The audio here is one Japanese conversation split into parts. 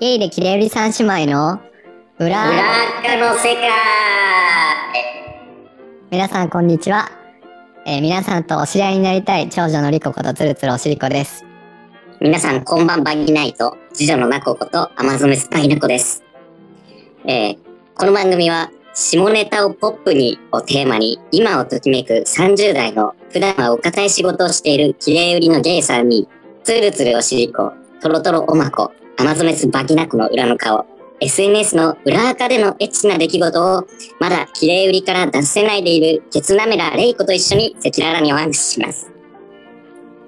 ゲイでキレより三姉妹の裏裏垢の世界皆さんこんにちは、えー皆さんとお知り合いになりたい長女のりこことつるつるおしりこです皆さんこんばんバギナイト次女のナコこと甘染めスパイナコです、えーこの番組は下ネタをポップにをテーマに今をときめく30代の普段はお堅い仕事をしている綺麗売りのゲイさんにツルツルおしりこトロトロおまこ甘染めスバギナコの裏の顔 SNS の裏垢でのエッチな出来事をまだ綺麗売りから出せないでいるケツナメラレイコと一緒に赤裸々にお話しします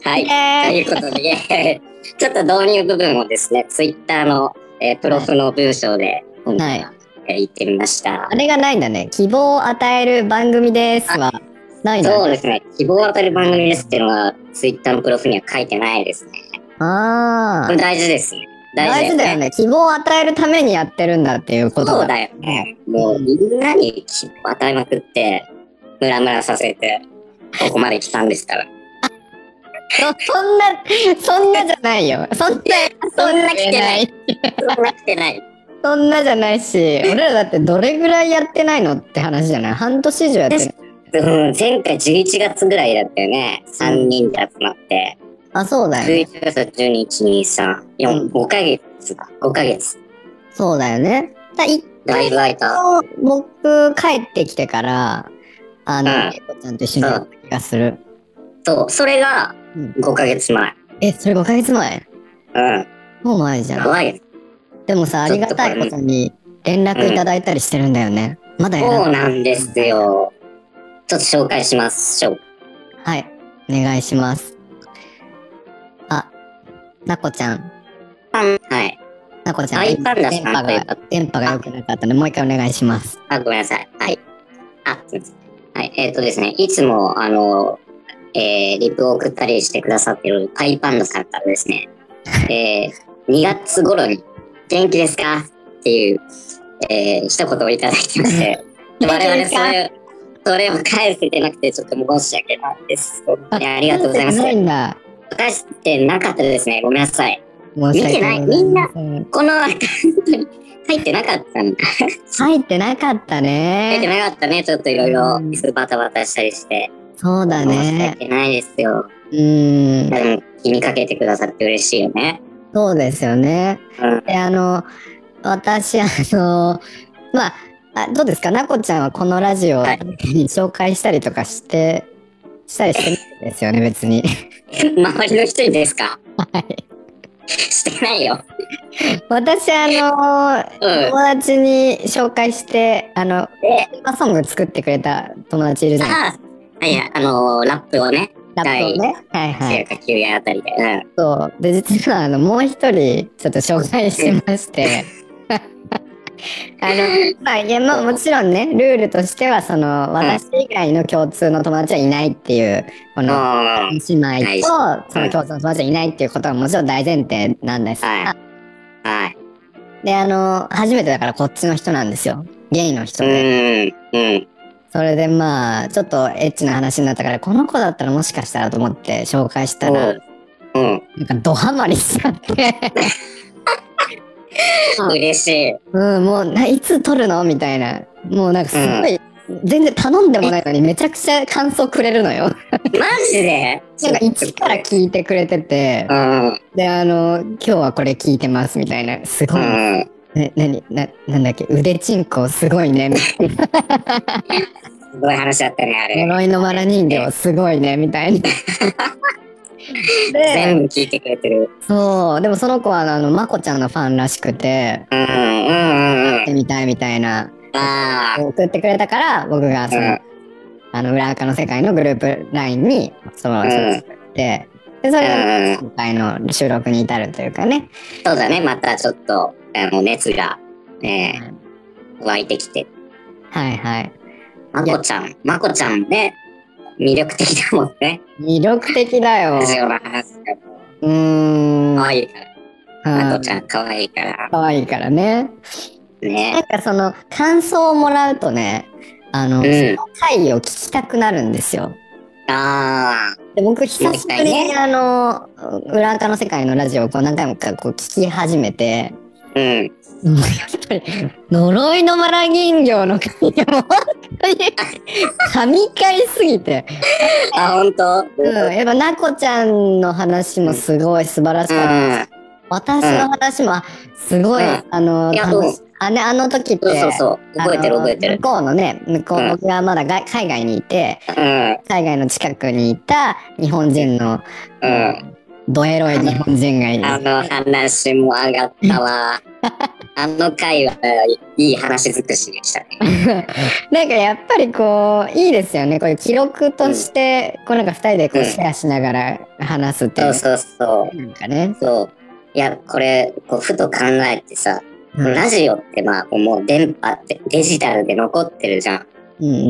はい ということで、 ちょっと導入部分をですね、ツイッターの、えープロフの文章で、今は回いえー言ってみましたあ。れがないんだね希望を与える番組ですはないんそだうねですね、希望を与える番組ですっていうのは、ツイッターのプロフには書いてないですね。あこーれ大事ですね。大事だよ。ね希望を与えるためにやってるんだっていうことそうだよね。もうみんなに希望を与えまくって、ムラムラさせて、ここまで来たんですから。そそんなそんなじゃないよそんな そんな来てないい。 そんな来てない。そんなじゃないし俺らだってどれぐらいやってないのって話じゃない半年以上やってるうん、前回11月ぐらいだったよね。3人で集まって。あそうだよね11月12、1、2、3、4、5ヶ月か。5ヶ月。そうだよねだ一だいぶ空いた。僕帰ってきてからあうの、んレイコちゃんと一緒にやった気がする、そう、それがうん5ヶ月前。えそれ5ヶ月前うん。もう前じゃ5んヶ月。でもさありがたいことに連絡いただいたりしてるんだよね、まだやらそないうなんですよ。ちょっと紹介しましょう。はいお願いしますあなこちゃんパン、はい。なこちゃんあいパンダさ電波んというがか電波が良くなかったのでもう一回お願いしますあ、ごめんなさい。はい。あ、すいませんはい。えっ、とですね、いつも、あの、えー、リプを送ったりしてくださってるパイパンダさんからですね、えー、2月頃に、元気ですかっていう、えー、一言をいただきまして、我々それ、それを返せてなくて、ちょっと申し訳ないです。本当にありがとうございます見。てないんだ返してなかったですね。ごめんなさい。申し訳ござませんこのアカウントに入ってなかったんだ。入ってなかった入ってねなかったね。ちょっといろいろ、バタバタしたりして。そうだ申しね訳ないですよ。うんでも気にかけてくださって嬉しいよね。そうですよね。うんで、あの、私、あの、まあ、あどうですか、なこちゃんはこのラジオはいに紹介したりとかして、したりしてないですよね、別 に。 周りの人にですかはいしてないよ。私、あの、うん友達に紹介して、あの、えテーマソング作ってくれた友達いるじゃないああ、いや、あのーラップをね、ラップをね。はいはい。中華球やあたりで。うんそう。で、実は、あの、もう一人、ちょっと紹介してまして。あの、まあ、いや、まあ、もちろんね、ルールとしては、その、私以外の共通の友達はいないっていう、この、もう、姉妹と、そのうん共通の友達はいないっていうことはもちろん大前提なんですが、ははい。で、あの、初めてだからこっちの人なんですよ。ゲイの人うで。ん、うん。それでまあ、ちょっとエッチな話になったから、この子だったらもしかしたらと思って紹介したら、うん。なんかドハマりしちゃって。うん。嬉しい。うん、もうないつ撮るのみたいな。もうなんかすごい、全然頼んでもないのにめちゃくちゃ感想くれるのよ。マジでなんか一から聞いてくれてて、うん、で、あの、今日はこれ聞いてますみたいな。すごうい。ん。ね、なに、な、なんだっけ、腕チンコすごいね。みたいなすごい話だったね、あれ。呪いのわら人形すごいね、み たいな。で、全部聞いてくれてる。そう、でもその子はあの、まこちゃんのファンらしくて、うん、うん、うん、うんやっ。てみたいみたいな。ああ、送ってくれたから僕がその、うんあの裏垢の世界のグループ LINE にそのうん作って、でそれが今回の収録に至るというかね、そうだね、またちょっと、あの、熱が、ね、湧いてきて。はいはいまこちゃん、まこちゃんね、魅力的だもんね。魅力的だよラジオの話が。うーん可愛いから。まこちゃん、可愛いから。かわいいからねなね。んかその感想をもらうとねあの、うんその回を聞きたくなるんですよあで僕久しぶり聞きたいにあの裏垢の世界のラジオをこう何回もかこう聞き始めてあ、うん。もうやっぱり、呪いのマラ人形の神がもう本当に、神回すぎて。あ、本当う、うんやっぱ、なこちゃんの話もすごい素晴らしかった。ん。私の話も、あすごい、うんあの、いや楽しあね、あの時って、そうそうそう。覚えてるあの覚えてる。向こうのね、向こう、うん僕がまだが海外にいて、うん。海外の近くにいた日本人の、うん。ドエロい日本人がいる。あの話も上がったわ。 あの回はいい話尽くしでしたね。 なんかやっぱりこういいですよねこういう記録として、こうなんか2人でこううんシェアしながら話すっていそううそうそう。なんかね、そう。いや、これ、こう、ふと考えてさ、うん、うんラジオってまあ、もう電波ってデジタルで残ってるじゃん。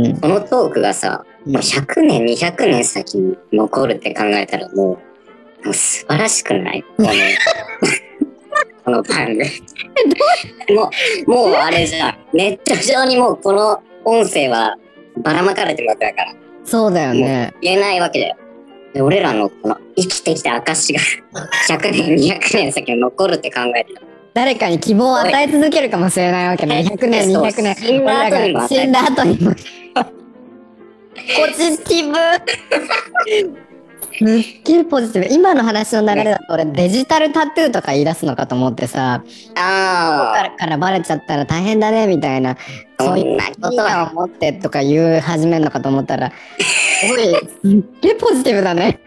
うんこのトークがさ、もう100年、200年先に残るって考えたらもう、もう素晴らしくないこの、 この番組。もう、もうあれじゃん。ネット上にもうこの音声はばらまかれてるわけだから、そうだよね言えないわけだよ。で俺らのこの生きてきた証が100年、200年先に残るって考えたら、誰かに希望を与え続けるかもしれないわけね100年そう200年死んだ後にも死んだ後にもポジティ ブすっげえポジティブ今の話の流れだと俺デジタルタトゥーとか言い出すのかと思ってさあからからバレちゃったら大変だねみたいなあ、そそういうんなこと今は、を持ってとか言う始めるのかと思ったら、すごい、すっげえポジティブだね。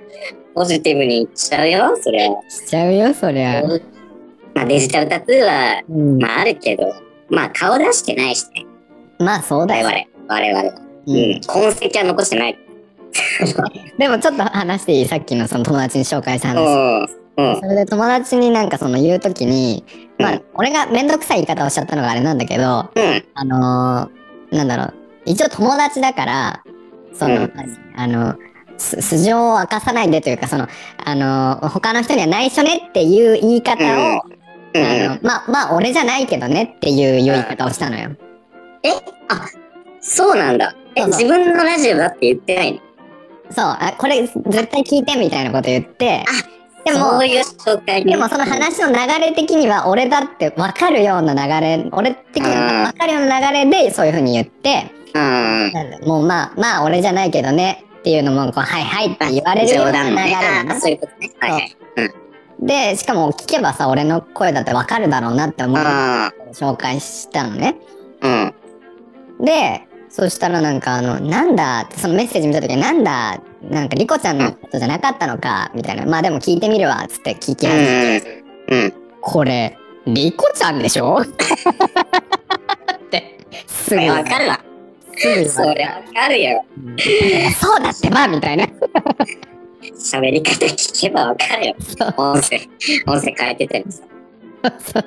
ポジティブにいっちゃうよ、それは。しちゃうよ、そりゃ。まあ、デジタルタトゥーは、うん、まあ、あるけど、まあ、顔出してないしね、まあ、そうだ我よ。々。我々は。ううんん。痕跡は残してない。でもちょっと話していいさっきのその友達に紹介したう話。ん。うそ。んれで友達になんかその言うときに、まうあ、俺がめんどくさい言い方をしちゃったのがあれなんだけど、うん。あのー、なんだろう、一応友達だから、その、うんあの、す素性を明かさないでというか、その、あのー他の人には内緒ねっていう言い方を、うん。うあん。のまあまあ俺じゃないけどねっていう言い方をしたのよ。そうなんだ。え、そうそう自分のラジオだって言ってないのそうあこれ絶対聞いてみたいなこと言ってでもそういう紹介ねでもその。話の流れ的には俺だって分かるような流れ俺的には分かるような流れでそういうふうに言ってうん。もうまあまあ俺じゃないけどねっていうのもこうはいはいって言われるよう冗な談流のれね。ああ、なそういうことね。はいはい。でしかも聞けばさ俺の声だって分かるだろうなって思う紹介したのね。うん。うん。で、そしたらなんかあの、なんだって、そのメッセージ見たときに、なんだ、なんかリコちゃんのことじゃなかったのか、みたいな。まあでも聞いてみるわ、つって聞き始めて、うん。うん。これ、リコちゃんでしょって、すぐそ言れわれわたかるわ。すぐ言われたそれわかるよ。うんそうだってば、みたいな。喋り方聞けばわか るよ。音声、音声変えててもさ。そうそう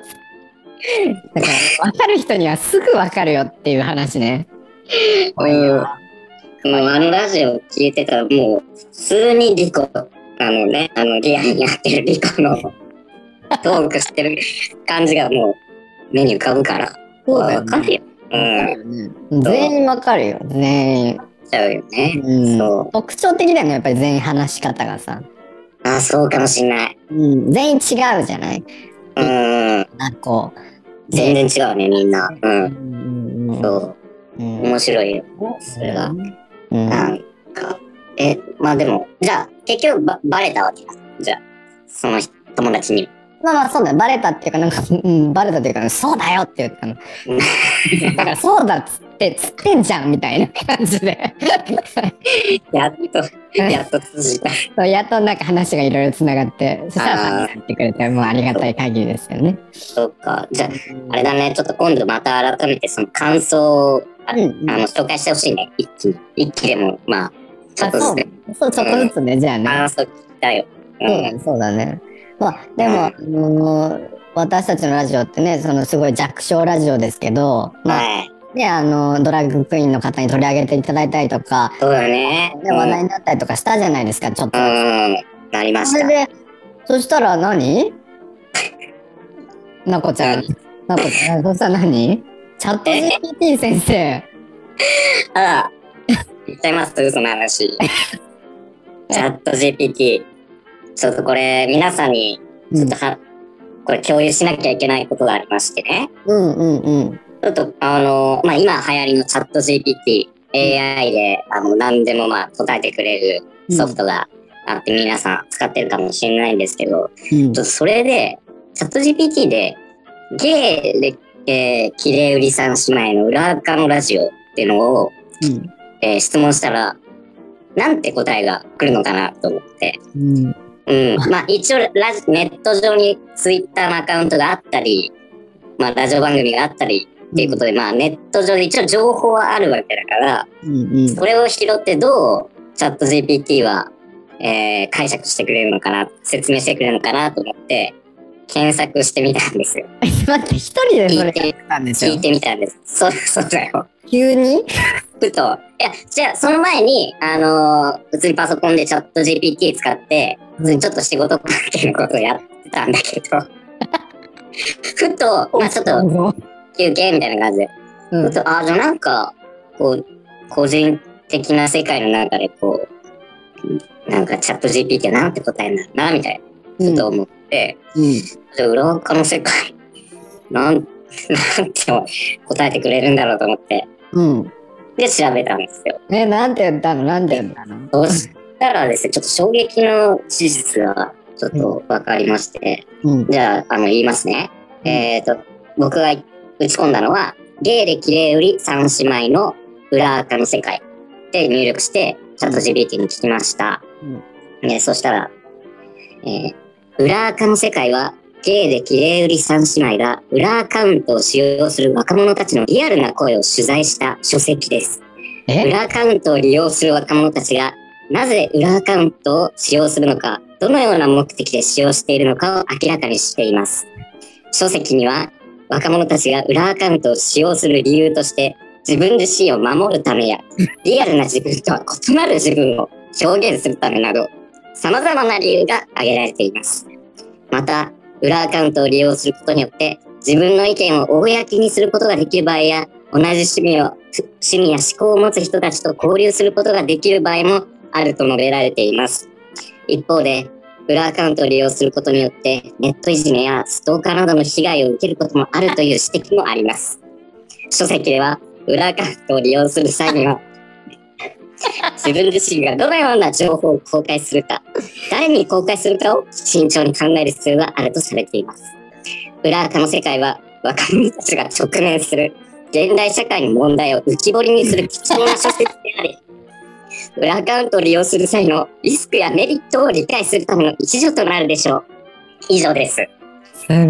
だから、わかる人にはすぐわかるよっていう話ね。うん。もうあのラジオ聞いてたらもう普通にリコ、あのね、あのリアにやってる リコのトークしてる感じがもう目に浮かぶから、そうだよわかるよ。うん、全員わかるよ、全員。ちゃうよね。うんそう。特徴的だよね、やっぱり全員話し方がさ。あ、そうかもしんない。うん、全員違うじゃないうん。なんかこう。全然違うね、みんな。う。うんんうんそう。うん面白いよ。それが。うんなんか。え、まあでも、じゃあ、結局ば、バレたわけだ。じゃあ、その人友達に。まあまあそうだよバレたっていうかなんか、うん、バレたっていうか、そうだよって言ったのだからそうだっつってつってんじゃんみたいな感じでやっと、やっと通じた。そうやっとなんか話がいろいろつながってそしたらあーさやってくれてもうありがたい限りですよね そうか。じゃあ、あれだね、ちょっと今度また改めてその感想を、あうんうんあの紹介してほしいね。一気に。一気でも、まあ、ちょっとずつね。あそうそうちょっとずつねじゃあね感想聞きたいよ。うそうだん。ね、そうだね。まあ、でも、あのー私たちのラジオってね、そのすごい弱小ラジオですけど、まあ、はい。ね、あのードラッグクイーンの方に取り上げていただいたりとか、そうだね。ね、話題になったりとかしたじゃないですか、ちょっとう。ん。うん。なりまそれした。で、そしたら 何なこちゃん。なこちゃん、そしたら何チャット GPT 先生。あら、言っちゃいますその 話。チャット GPT。ちょっとこれ、皆さんに、ちょっとは、これ共有しなきゃいけないことがありましてね。うんうんうん。ちょっと、あの、まあ、今流行りのチャット GPT、AI で、あの、何でもまあ、答えてくれるソフトがあって、皆さん使ってるかもしれないんですけど、うんちょっとそれで、チャット GPT で、ゲイで、えー、キレウリさん姉妹の裏垢のラジオっていうのを、えー質問したら、なんて答えが来るのかなと思って、うんうんうん、まあ一応ラジネット上にツイッターのアカウントがあったり、まあ、ラジオ番組があったりっていうことで、まあ、ネット上で一応情報はあるわけだからうんうんそれを拾ってどうチャット GPT は、えー解釈してくれるのかな説明してくれるのかなと思って検索してみたんですよ 待って、一人でそれ聞いてやったんでし聞ょいてみたんですそう そうだよ急にふといやじゃあその前にあのー普通にパソコンでチャット GPT 使って普通にちょっと仕事関係のことやってたんだけど ふとまあちょっと休憩みたいな感じで、うんふとあじゃあなんかこう個人的な世界の中でこうなんかチャット GPT はなんて答えになるなみたいなふと思って、うんじゃあ裏側の世界なんなんて答えてくれるんだろうと思ってうん。で調べたんですよ。え、なんて言ったのなんて言ったのそしたらですね、ちょっと衝撃の事実がちょっと分かりまして、うん。じゃあ、あの、言いますね。えっ、と、僕が打ち込んだのは、芸歴例より三姉妹の裏垢の世界で入力して、チャット GPT に聞きました。ね、そしたら、えー裏垢の世界は、芸歴例売り三姉妹が裏アカウントを使用する若者たちのリアルな声を取材した書籍です。え裏アカウントを利用する若者たちがなぜ裏アカウントを使用するのかどのような目的で使用しているのかを明らかにしています書籍には若者たちが裏アカウントを使用する理由として自分自身を守るためやリアルな自分とは異なる自分を表現するためなど様々な理由が挙げられていますまた裏アカウントを利用することによって自分の意見を公にすることができる場合や同じ趣味を趣味や思考を持つ人たちと交流することができる場合もあると述べられています一方で裏アカウントを利用することによってネットいじめやストーカーなどの被害を受けることもあるという指摘もあります書籍では裏アカウントを利用する際には 自分自身がどのような情報を公開するか誰に公開するかを慎重に考える必要があるとされています裏垢の世界は若者たちが直面する現代社会の問題を浮き彫りにする貴重な書籍であり裏アカウントを利用する際のリスクやメリットを理解するための一助となるでしょう以上ですすごー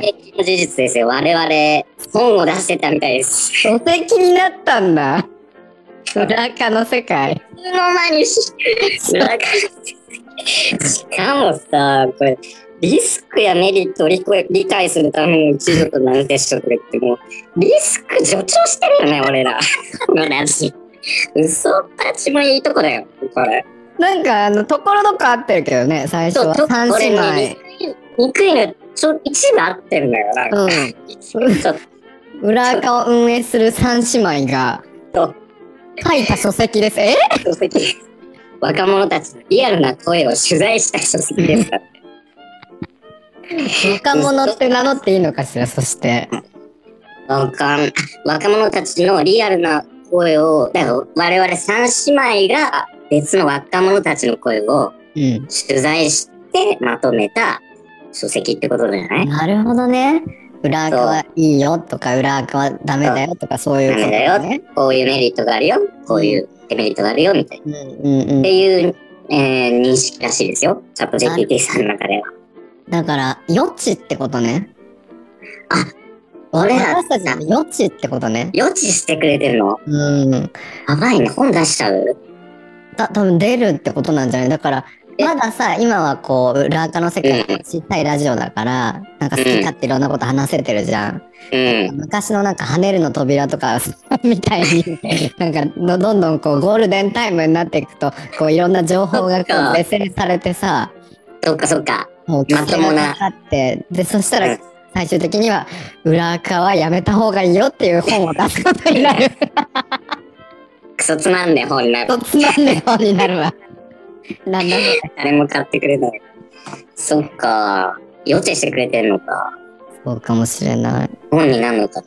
い。撃の事実ですよ我々本を出してたみたいです書籍になったんだ。裏垢の世界。いつの間に裏垢のしかもさこれリスクやメリットを理解理解するための一助となるでしょうとか言ってもうリスク助長してるよね俺らこのラジ嘘っぱちもいいとこだよこれなんか、あの、ところどころ合ってるけどね、最初は。三これ姉ね妹。憎いのちょ一部合ってるんだよなんかうちょっん。裏垢を運営する三姉妹がと書いた書籍です。え書籍若者たちのリアルな声を取材した書籍ですから若者って名乗っていいのかしら、そして。わかん若者たちのリアルな声を、だから我々三姉妹が別の若者たちの声をうん。取材してまとめた書籍ってことじゃないなるほどね。裏垢はいいよとか、裏垢はダメだよとか、そういうダことメだだよ、ね。こういうメリットがあるよ、こういうデメリットがあるよ、みたいな。うんうんうんっ。ていう、えー認識らしいですよ。チャット GPT さんの中では。だから、余地ってことね。あ、俺ら私たちの余地ってことね。予知してくれてるのうん。やばいね、本出しちゃうた多分出るってことなんじゃないだから、えまださ、今はこう、裏垢の世界うんを知りたいラジオだから、なんか好き勝手いろんなこと話せてるじゃん。うん。昔のなんか跳ねるの扉とか みたいに、なんかどどんどんこうゴールデンタイムになっていくと、こういろんな情報がこそっかう是正されてさ、そっかそっか。もうまともなかって、で、そしたうらん最終的には、裏垢はやめた方がいいよっていう本を出すことになる。 クソつまんねえ本になる。とつまんねえ本になるわ。なんだろ誰も買ってくれない。そっか。予知してくれてるのか、そうかもしれない。本になるのかな。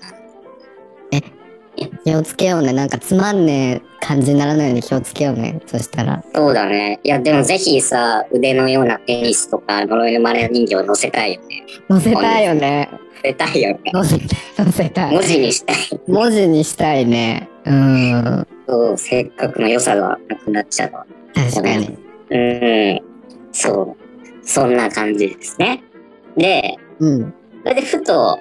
気をつけようね。なんかつまんねえ感じにならないように気をつけようね。そしたら。そうだね。いや、でもぜひさ、腕のようなペニスとか、呪いのマネ人形を載せたいよね。載せたいよね。載せたいよね。載せたい、載せたい文。字にしたい文字にしたいね。うん。と、せっかくの良さがなくなっちゃうわ。確かに。うん。そう。そんな感じですね。で、うん。それでふと、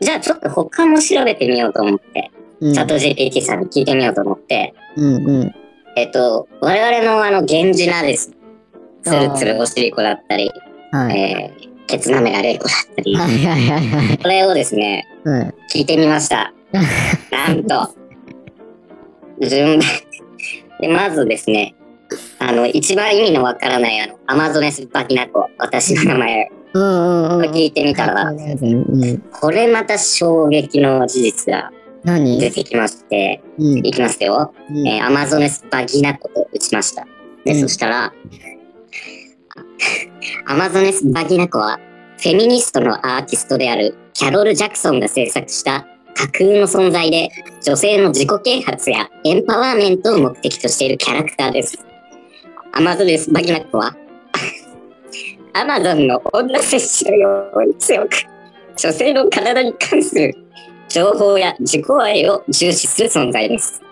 じゃあちょっと他も調べてみようと思って、うん。チャット GPT さんに聞いてみようと思って、うんうん。えっと、我々のあの、源氏名です。つるつるおしりこだったり、はい。えー、ケツなめられいこだったり、はいはいはいはい。これをですね、うん。聞いてみま した。なんと、順番で、まずですね、あの、一番意味のわからない、あの、アマゾネスバキナコ、私の名前うんうんをうん。聞いてみたら、うん。これまた衝撃の事実が何出てきまして、うん。いきますよ。うんえーアマゾネスバギナコと打ちました。で、うんそしたら、アマゾネスバギナコは、フェミニストのアーティストであるキャロル・ジャクソンが制作した架空の存在で、女性の自己啓発やエンパワーメントを目的としているキャラクターです。アマゾネスバギナコは、アマゾンの女摂取のように強く、女性の体に関する情報や自己愛を重視する存在です。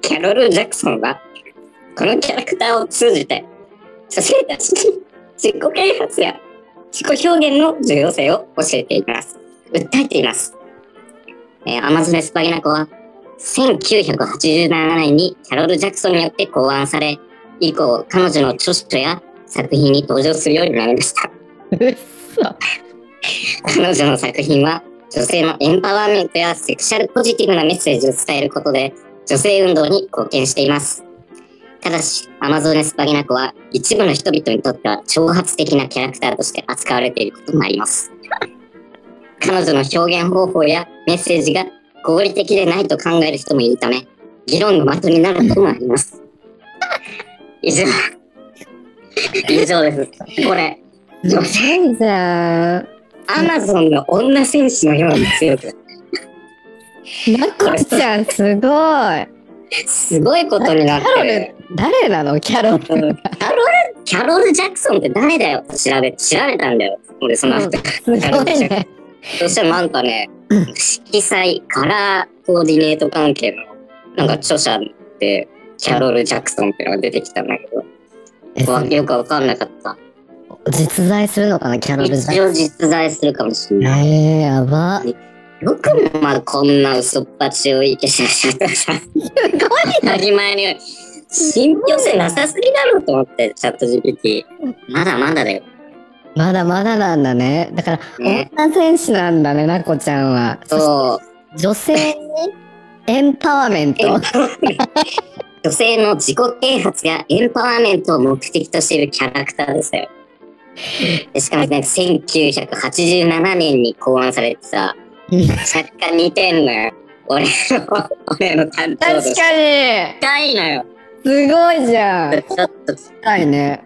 キャロル・ジャクソンは、このキャラクターを通じて、女性たちに自己啓発や自己表現の重要性を教えています。訴えています。えーアマゾネスパゲナコは、1987年にキャロル・ジャクソンによって考案され、以降、彼女の著書や作品に登場するようになりました。うっそ。彼女の作品は女性のエンパワーメントやセクシャルポジティブなメッセージを伝えることで女性運動に貢献しています。ただし、アマゾネスバギナコは一部の人々にとっては挑発的なキャラクターとして扱われていることもあります。彼女の表現方法やメッセージが合理的でないと考える人もいるため、議論の的になることもあります。以上。以上です。これ、女性ないじゃん。アマゾンの女戦士のように強く。なこちゃん、すごい。すごいことになっ てる。誰なのキャロル。うんキャロル、キャロル・ジャクソンって誰だよって調べ、調べたんだよ。俺、その後。すごいね。そしたらなんかね、色彩、カラーコーディネート関係の、なんか著者で、キャロル・ジャクソンってのが出てきたんだけえど、わよくわかんなかった。実在するのかなキャロルじ一ゃ。応実在するかもしれえない。ー、やば。よくもまあこんな嘘っぱちをいけしゃしゃったさ。当たり前のように。信憑性なさすぎだろうと思って、チャット GPT。まだまだだよ。まだまだなんだね。だから、ね女戦士なんだね、なこちゃんは。そう。女性にエンパワーメント。女性の自己啓発やエンパワーメントを目的としているキャラクターですよ。でしかもね、1987年に考案されてさ、うん若干似てんのよ。俺の、俺の担当と確して。かに。近いのよ。すごいじゃん。ちょっと近いね。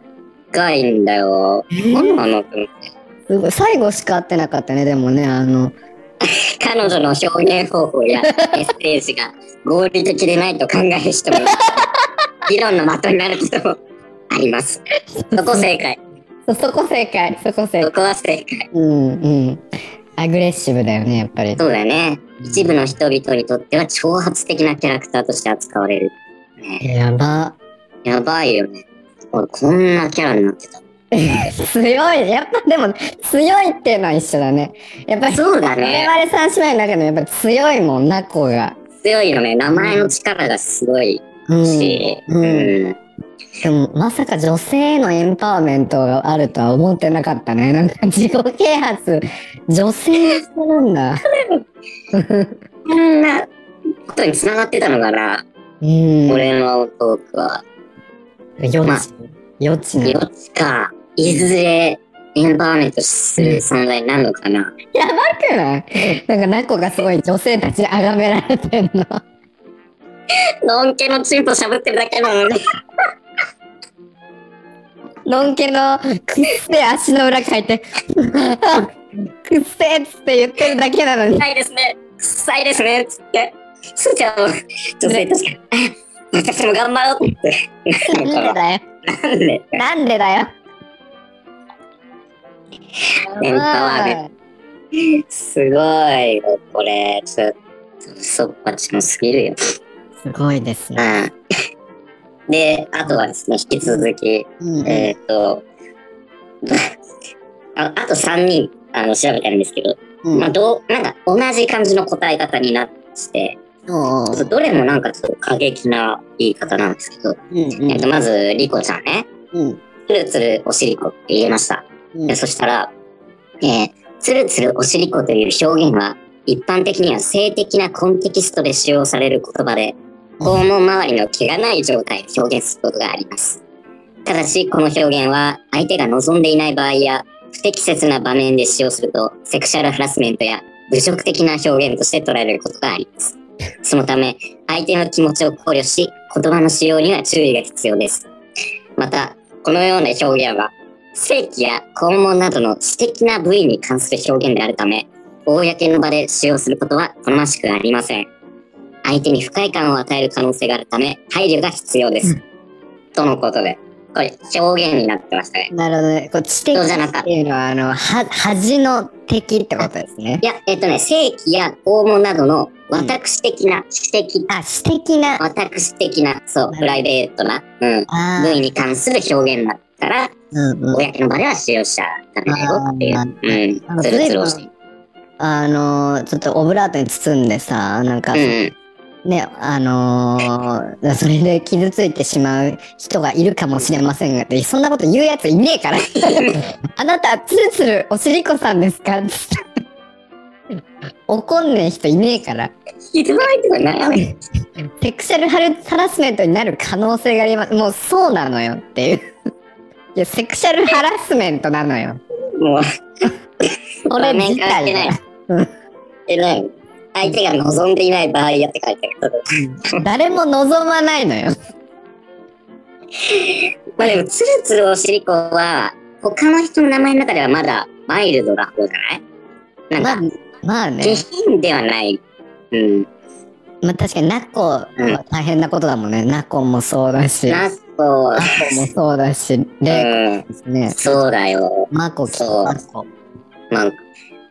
近いんだよ。何なのって思ってすごい。最後しか合ってなかったね、でもね、あの、彼女の表現方法やメッセージが合理的でないと考える人もいる議論の的になることもあります。そこ正解。そそこ正解、そこ正そ解。こは正解。うんうん。アグレッシブだよね、やっぱり。そうだよね。一部の人々にとっては挑発的なキャラクターとして扱われる。ね、やば。やばいよね。俺こんなキャラになってた。強い。やっぱでも、強いっていうのは一緒だね。やっぱり、そうだ我ね。々三姉妹の中でもやっぱり強いもんな、子が。強いよね。名前の力がすごいうん。でし。うんうんも、まさか女性へのエンパワーメントがあるとは思ってなかったね。なんか自己啓発、女性にするんだ。こんなことに繋がってたのかな。うん。俺のトークは。余まあ地。余地な。よっか、いずれエンパワーメントする存在になるのかな。やばくないなんか、なこがすごい女性たちに崇められてんの。のんけのチンポしゃぶってるだけなのに。のんけのくっせえ足の裏かいて、くっせえっつって言ってるだけなのに、臭いですね臭いですねつってすーちゃんは女性としてあ私も頑張ろうってなんでだよ。なんでなんでだよ。電波はねすごいよこれちょっと嘘っぱちもすぎるよすごいですね。なであとはですね引き続きうんえーっとああと3人あの調べてあるんですけど、うんまあ、どうなんか同じ感じの答え方になっておうおうどれもなんかちょっと過激な言い方なんですけど、うんうんえっと、まず、リコちゃんね、うんつるつるおしりこって言えました。うんでそしたら、えー、つるつるおしりこという表現は、一般的には性的なコンテキストで使用される言葉で、肛門周りの毛がない状態で表現することがあります。ただし、この表現は、相手が望んでいない場合や、不適切な場面で使用すると、セクシャルハラスメントや、侮辱的な表現として捉えられることがあります。そのため、相手の気持ちを考慮し、言葉の使用には注意が必要です。また、このような表現は、性器や肛門などの私的な部位に関する表現であるため、公の場で使用することは好ましくありません。相手に不快感を与える可能性があるため、配慮が必要です。うとのことで、これ、表現になってましたね。なるほどね。こう知的そうじゃなかったっていうのは、あの、は恥の敵ってことですね。いや、えっとね、性器や肛門などの私的な、私的、あ、私的な。私的な、そなう、るほどプライベートな、うん、あ部ー位に関する表現だったら、うんうん、公の場では使用しちゃダメだよってあいう。あうん。のつるつるをして。あのーちょっとオブラートに包んでさ、なんか、うん。ね、あのーそれで傷ついてしまう人がいるかもしれませんがって、そんなこと言うやついねえ から。あなた、つるつるおしりこさんです か怒んねえ人いねえから。ひどいとか悩む。セクシャルハルハラスメントになる可能性があります。もうそうなのよっていう。いや、セクシャルハラスメントなのよ。もう。俺場面自変わっ体てないが。えらい。相手が望んでいない場合やって書いてある。誰も望まないのよ。まあでも、つるつるおしりこは、他の人の名前の中ではまだマイルドな方じゃなまいなあんか、、まあ下ね。品ではない。うん。まあ確かに、ナコは大変なことだもんね。ナコもそうだし、ナな、そう。コもそうだし、レうイコですねん。。そうだよ。マコ、キそうマコ。まあ、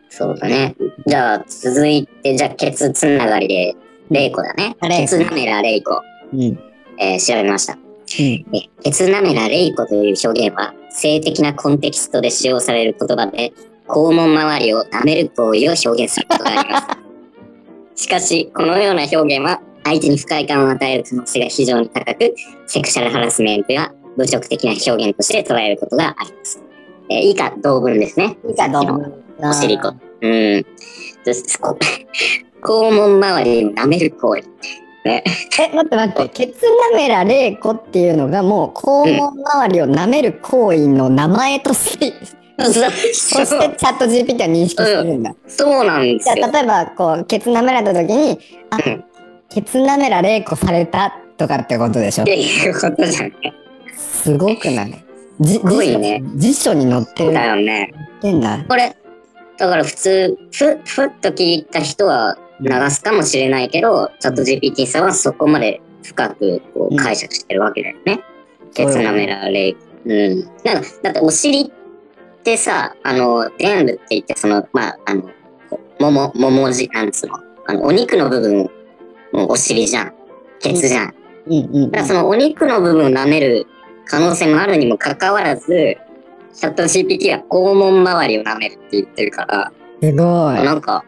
そうだね。じゃあ、続いて、じゃあ、ケツつながりで、レイコだね。レイケコツナメラレイコ。うん。うん。えー調べました。えケツナメラレイコという表現は、性的なコンテキストで使用される言葉で、肛門周りを舐める行為を表現することがありま す。しかし、このような表現は、相手に不快感を与える可能性が非常に高く、セクシャルハラスメントや侮辱的な表現として捉えることがあります。えー以下、同文ですね。以下どうもおしりこ。うん。ですこ肛門周りを舐める行為。え、待って待って。ケツナメラレイコっていうのがもう肛門周りを舐める行為の名前として、そそしてチャット GPT は認識してるんだ。そうなんでじゃあすよ。例えばこうケツ舐められた時に「あうんケツ舐められいこされた」とかってことでしょっていうことじゃない。すごくないじごいね辞書辞書に載ってそうだるよね。ってんだこれ、だから普通、ふ、ふっと聞いた人は流すかもしれないけど、チャット GPT さんはそこまで深くこう解釈してるわけだよね。ケツナメラレイ。うん。なんか、だってお尻ってさ、あの、全部って言って、その、まあ、あの、もも、ももじ、なんつうの、あの、お肉の部分もお尻じゃん。ケツじゃん。うんうんだからそのお肉の部分を舐める可能性もあるにもかかわらず、チャット GPT は肛門周りを舐めるって言ってるから、すごいなんか、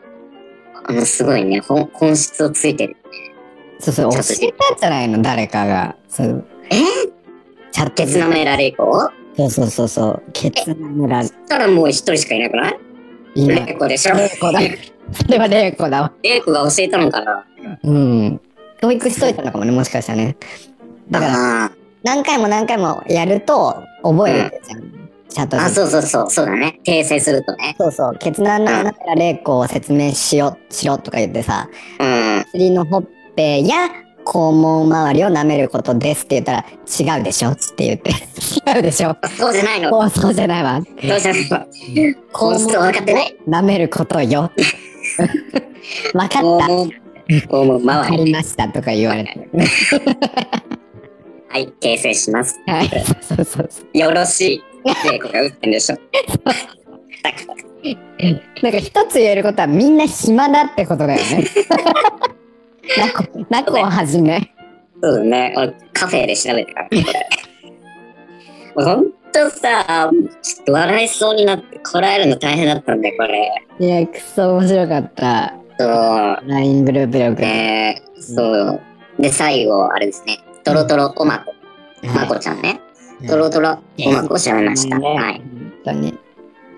あの、すごいね、本本質をついてる。そうそうち教ょっとえたんじゃないの誰かがそうえチャットケツ舐められいこそうそうそうそうケツ舐められそしたらもう一人しかいなくないいなレイコでしょレイコ だそれはレイコだわレイコが教えたのかなうん教育しといたのかもねもしかしたらねだからあ何回も何回もやると覚えるじゃんチャットー GPT あ、そうそうそう、そうだね。訂正するとね。そうそう、決断うのんだから、レイコを説明しよう、しろとか言ってさ、うん。釣りのほっぺや肛門周りを舐めることですって言ったら、違うでしょって言って、違うでしょあそうじゃないの。そうそうじゃないわ。そうじゃないの。肛本当分かってない。舐めることよ。分か肛った。門、肛門わか周り。りましたとか言われて。はい、訂正します。はい。そうそうそう。よ ろしい。ってこが打ってんでしょ。だからなんか一つ言えることはみんな暇だってことだよ ね。なこ、なこをはじめ。そうだね。俺カフェで調べてたから。俺ほんとさ、ちょっと笑いそうになって、こらえるの大変だったんで、これ。いや、くそ面白かった。そう、 LINE グループ力。ねそう。で、最後、あれですね。トロトロおまこ。まこちゃんね。トロトロおまこを調べました。ねはい。本当に。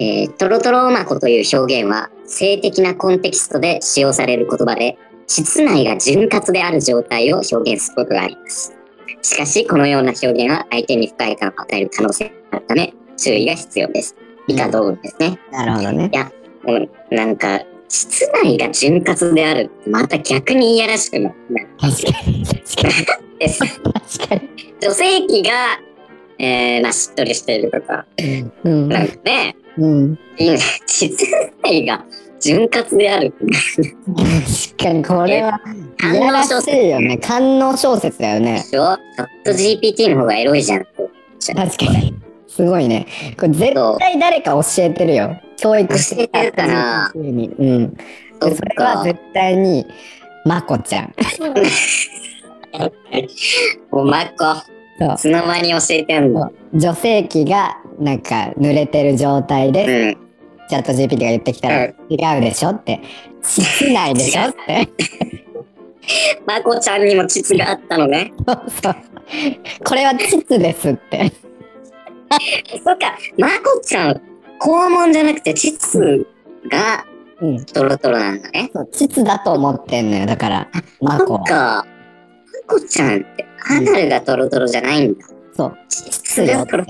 えートロトロおまこという表現は、性的なコンテキストで使用される言葉で、室内が潤滑である状態を表現することがあります。しかし、このような表現は相手に不快感を与える可能性があるため、注意が必要です。以下同文ですね。なるほどね。もう、なんか、室内が潤滑であるってまた逆にいやらしくなる。確かに、確かです。に、確か女性器が、えー、まあ、しっとりしているとか、に。うん。なんかね、うん。いいね。室内が潤滑であるって確かに、これは、えいやらしいよね。官能小説だよね。でしょチャット GPT の方がエロいじゃん。確かに。すごいね。これ絶対誰か教えてるよ。教育して教えてるかな普通にうん。でそっそれはか。絶対に、まこちゃん。おまっこ。そういつの間に教えてんの。女性器が、なんか、濡れてる状態うで、ん。チャット GPT が言ってきたら、う違うでしょ って。室内でしょって。まこちゃんにも膣があったのね。そうそう。これは膣ですって。そっか。まこちゃん、肛門じゃなくて膣がうん。トロトロなんだね。そう膣だと思ってんのよ。だから、まそこっ。か。まこちゃんって、アナルがトロトロじゃないんだ。そう。膣つよがっトてロ。。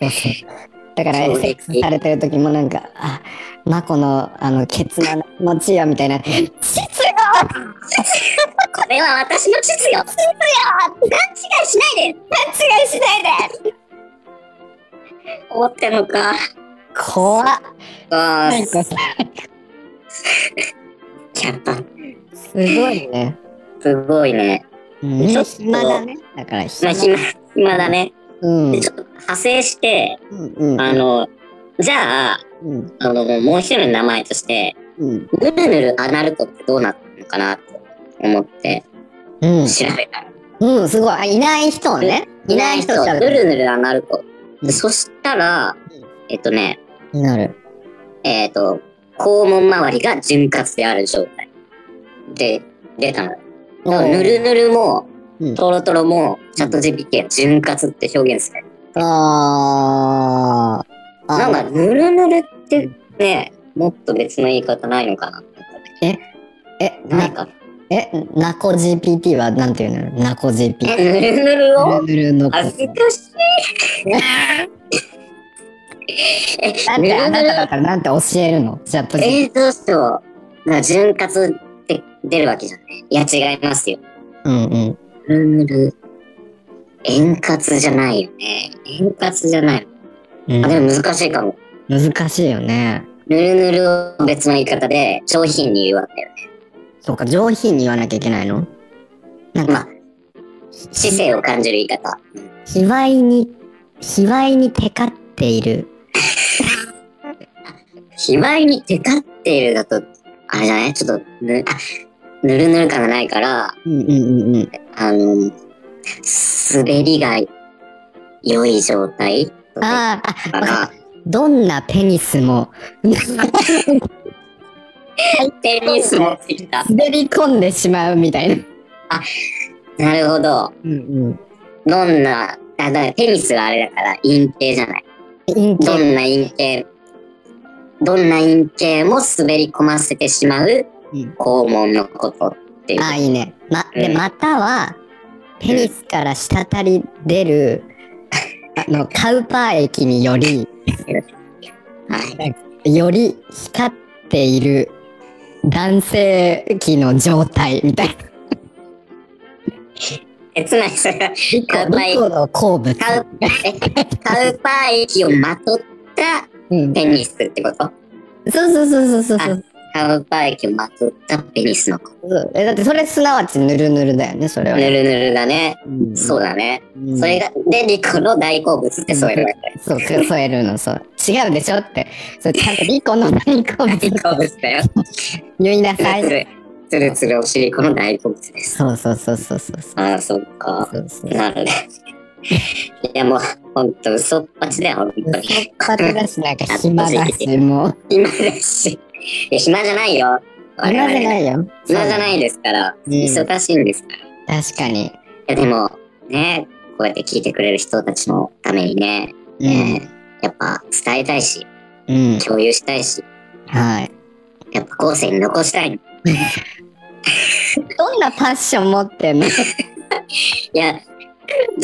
そうそうだから、衝撃セックスされてる時もなんか、あ、マコの、あの、ケツの持ちよみたいな、膣よこれは私の膣よ。膣よ勘違いしないで勘違いしないで思ってんのか。怖っなあんーかさ、やっぱ、すごいね。すごいね。うん、ちょっと暇だね。だからまあ、暇。暇、暇だね。うん。うんで、ちょっと派生して、うんあの、じゃあ、うんあの、もう一人の名前として、うんぬるぬるアナルトってどうなったのかなと思ってうん調べた。うんすごいあいない人をねいない人、いなぬるぬるアナルト。うんでそしたら、えっとね、になるえっと、肛門周りが潤滑である状態。で、出たの。だからぬるぬるもうん、トロトロも、チャット GPT は潤滑って表現する。あーあなんか、ぬるぬるってね、もっと別の言い方ないのかなえないなか。えなこ GPT はなんていうのなこ GPT え、ぬるぬるをぬるぬるのこ恥ずかしい。え、だっぬてあなるぬただる。ったらなんて教えるのチャット GPT え、どうしよう。なんか潤滑って出るわけじゃない。いや、違いますよ。うんうんぬるぬる。円滑じゃないよね。円滑じゃない。うんあ、でも難しいかも。難しいよねぬるぬるを別の言い方で商品に言うわけよね。そうか上品に言わなきゃいけないのなんまかあ、知性を感じる言い方。卑猥に卑猥にテカっている卑猥にテカっているだと、あれじゃないちょっとぬ、あぬるぬる感がないから、うんうんうんうんあの、滑りが良い状態あーだから、あどんなペニスもテニス持ってきた。滑り込んでしまうみたいななるほど。うんどんな、あだからテニスはあれだから、陰茎じゃない。うん陰ど茎んな陰茎、どんな陰茎も滑り込ませてしまううん肛門のことっていう。ああいいねまでうんまたはペニスから滴り出る あのカウパー液によりはい。より光っている男性器の状態みたいえ、つまりそれは、リコ、乾杯リコの好物。カウ、え、カウパー液をまとったうん。ペニスってことそうそうそうそうそうそうカウパー液をまとったペニスのこと。そう。え、だってそれすなわちぬるぬるだよね、それは。ぬるぬるだね。うんそうだね。うんそれが、で、リコの大好物ってそういうのだね。そう、そう添えるの、そう。違うでしょって。そう、ちゃんとリコの大好物 大好物だよ。 言いなつさるつい。る、つるつるお尻この大好物です。そうそうそうそうそうそう。ああ、そっか。そうそう。なるほど。 いや、もう、ほんと、嘘っぱちだよ、ほんとに。パテだし、なんか暇だし、もう。暇だし。いや、暇じゃないよ。暇じゃないよ。。暇じゃないいですから。うん忙しいんですから。い確かに。や、でも、ね、こうやって聞いてくれる人たちのためにね、うん。やっぱ伝えたいし、うん。共有したいし、はい。やっぱ後世に残したい。いどんなパッション持ってんのや、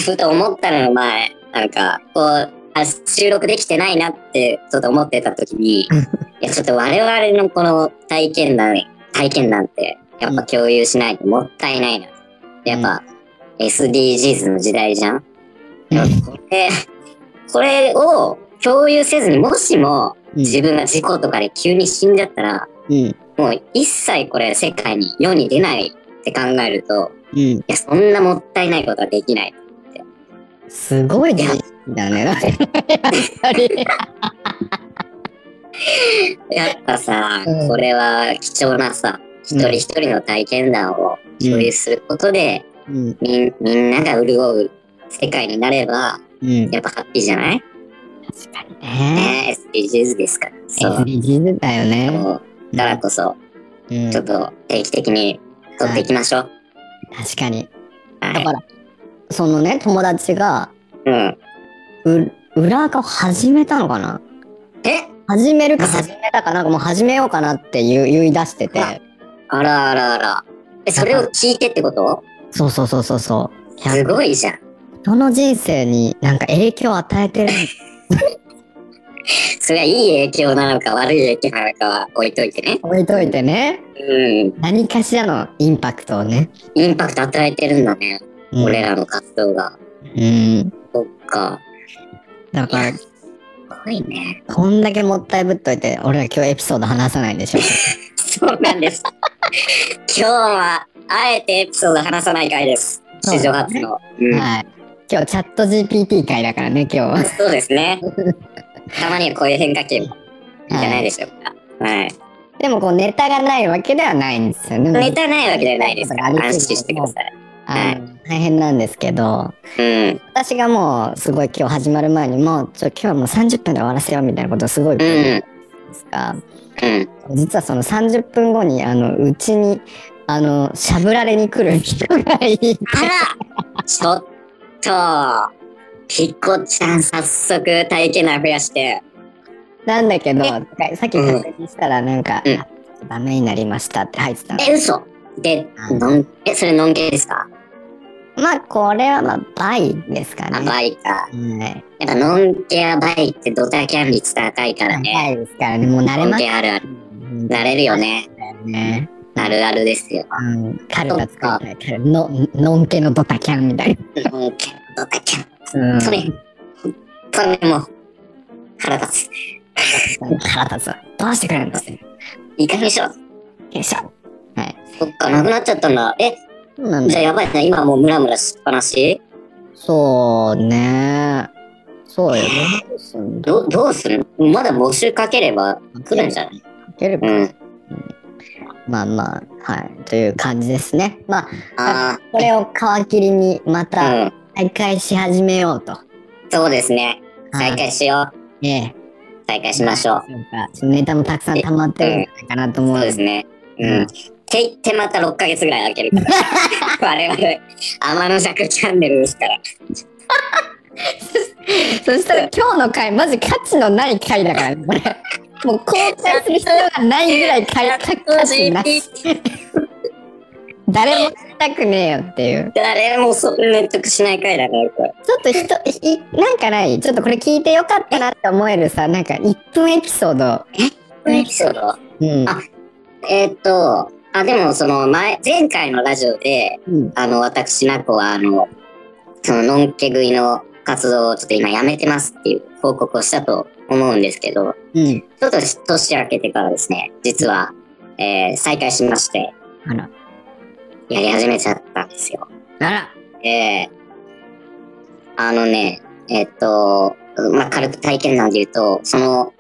ふと思ったの前、なんか、こう、あ収録できてないなって、ちょっと思ってた時に、いや、ちょっと我々のこの体験談、体験談って、やっぱ共有しないともったいないな。やっぱ、SDGs の時代じゃん。やっぱこれ、これを共有せずに、もしも自分が事故とかで急に死んじゃったら、うん。もう一切これ世界に世に出ないって考えると、うん。いや、そんなもったいないことはできない。すごい人気だね。本当にやっぱさ、うんこれは貴重なさ、一人一人の体験談を共有することで、うん。みんみんなが潤う世界になれば、うん。やっぱハッピーじゃない、確かにね。ね ?SDGs ですから。そう。 SDGs だよね。そうだからこそ、うんちょっと定期的に撮っていきましょう。確かに。はい。だから、そのね、友達が、うん。う裏垢を始めたのかなえ始めるか始めたかなんかもう始めようかなって言う言い出してて。あらあらあら。え、それを聞いてってことそうそうそうそうそう。いやすごいじゃん。人の人生になんか影響を与えてる。それはいい影響なのか悪い影響なのかは置いといてね。置いといて ね。うん。何かしらのインパクトをね。インパクト与えてるんだね。うん俺らの活動が。うん。そっか。だいかや、ら、すごいね。こんだけもったいぶっといて、俺ら今日エピソード話さないんでしょ。そうなんです。 今日は、あえてエピソード話さない回です。そう史上初の。うんはい。今日チャット GPT 会だからね、今日は。そうですね。たまにはこういう変化球もいいんじゃないでしょうか。はい。でもこうネタがないわけではないんですよね。ネタないわけじゃないですから、ありそう安心してください。あの大変なんですけど、うん。私がもうすごい今日始まる前にもう、ちょ今日はもう30分で終わらせようみたいなことをすごい言ってるんですが、うん。実はその30分後に、あの、うちに、あの、しゃぶられに来る人がいて、あらちょっと、ピコちゃん早速体験談増やして、なんだけど、さっきうん確認したらなんか、うんあダメになりましたって入ってたの。え、嘘で、のん、え、それのんけですかまあ、これはまあ、倍ですかあ、ね。バイか。はい。やっぱ、のんけやバイってドタキャン率高いからね。倍ですからね、もう慣れのんましけあるある。たなれるよね。ね。あるあるですよ。うん、カルタ使いたいカルの、のんけのドタキャンみたいのんけ、ドタキャン。な。うんそれ、本当にもう、腹立つ。腹立つわ。どうしてくれんのよいかにしろ。いしょ。はい。そっか、なくなっちゃったんだ。え、なんじゃあで、やばいな。今もうムラムラしっぱなしそうね。そうよね。どうすんだど、どうするまだ募集かければ来るんじゃないいけるかうん。まあまあ、はい。という感じですね。まああ、これを皮切りにまたあ、うん。再開し始めようと。そうですね。再はい開しよう。ええ。再開しましょう。そうか。ちょっとネタもたくさん溜まってるんじゃないかなと思うそんうでですすね。ううんん。って言ってまた6ヶ月ぐらい空ける から。我々、天の尺チャンネルですから。そしたら今日の回、マジ価値のない回だからね、 これ。もう公開する必要がないぐらい回、価値なし。誰もしたくねえよっていう。誰もそ納得しない回だから、これ。ちょっと人、いなんかないちょっとこれ聞いてよかったなって思えるさ、なんか1分エピソード。エピソードうん。あえーっと、あ、でも、その前、前回のラジオで、うん。あの、私、ナコは、あの、その、のんけ食いの活動をちょっと今やめてますっていう報告をしたと思うんですけど、うん。ちょっとし年明けてからですね、実は、えー再開しまして、あら。やり始めちゃったんですよ。あら。えーあのね、えっと、まあ、軽く体験談で言うと、その、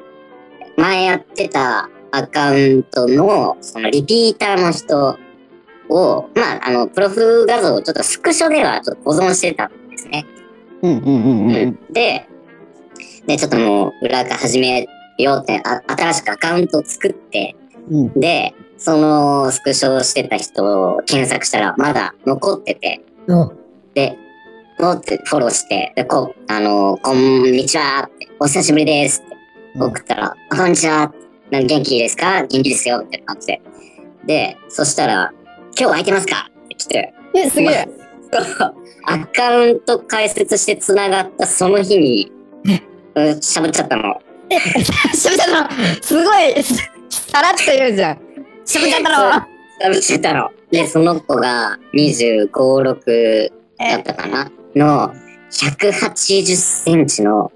前やってたアカウントの、そのリピーターの人を、まあ、あの、プロフ画像をちょっとスクショではちょっと保存してたんですね。うんうんうんうんうん。で、で、ちょっともう、裏から始めようって、あ新しくアカウントを作って、うん。で、そのスクショしてた人を検索したら、まだ残ってて、おで、をってフォローして、で、こう、あのこんにちはって、お久しぶりですってうん送ったら、あこんにちはなん元気ですか元気ですよって感じで。で、そしたら、今日空いてますかって来て、え、すげえ。そうアカウント開設して繋がったその日に、うん喋っちゃったの。しぶちゃんだろすごい、さらっと言うじゃん。しぶちゃんだろ喋っちゃったの。で、その子が25、6、だったかなの180センチの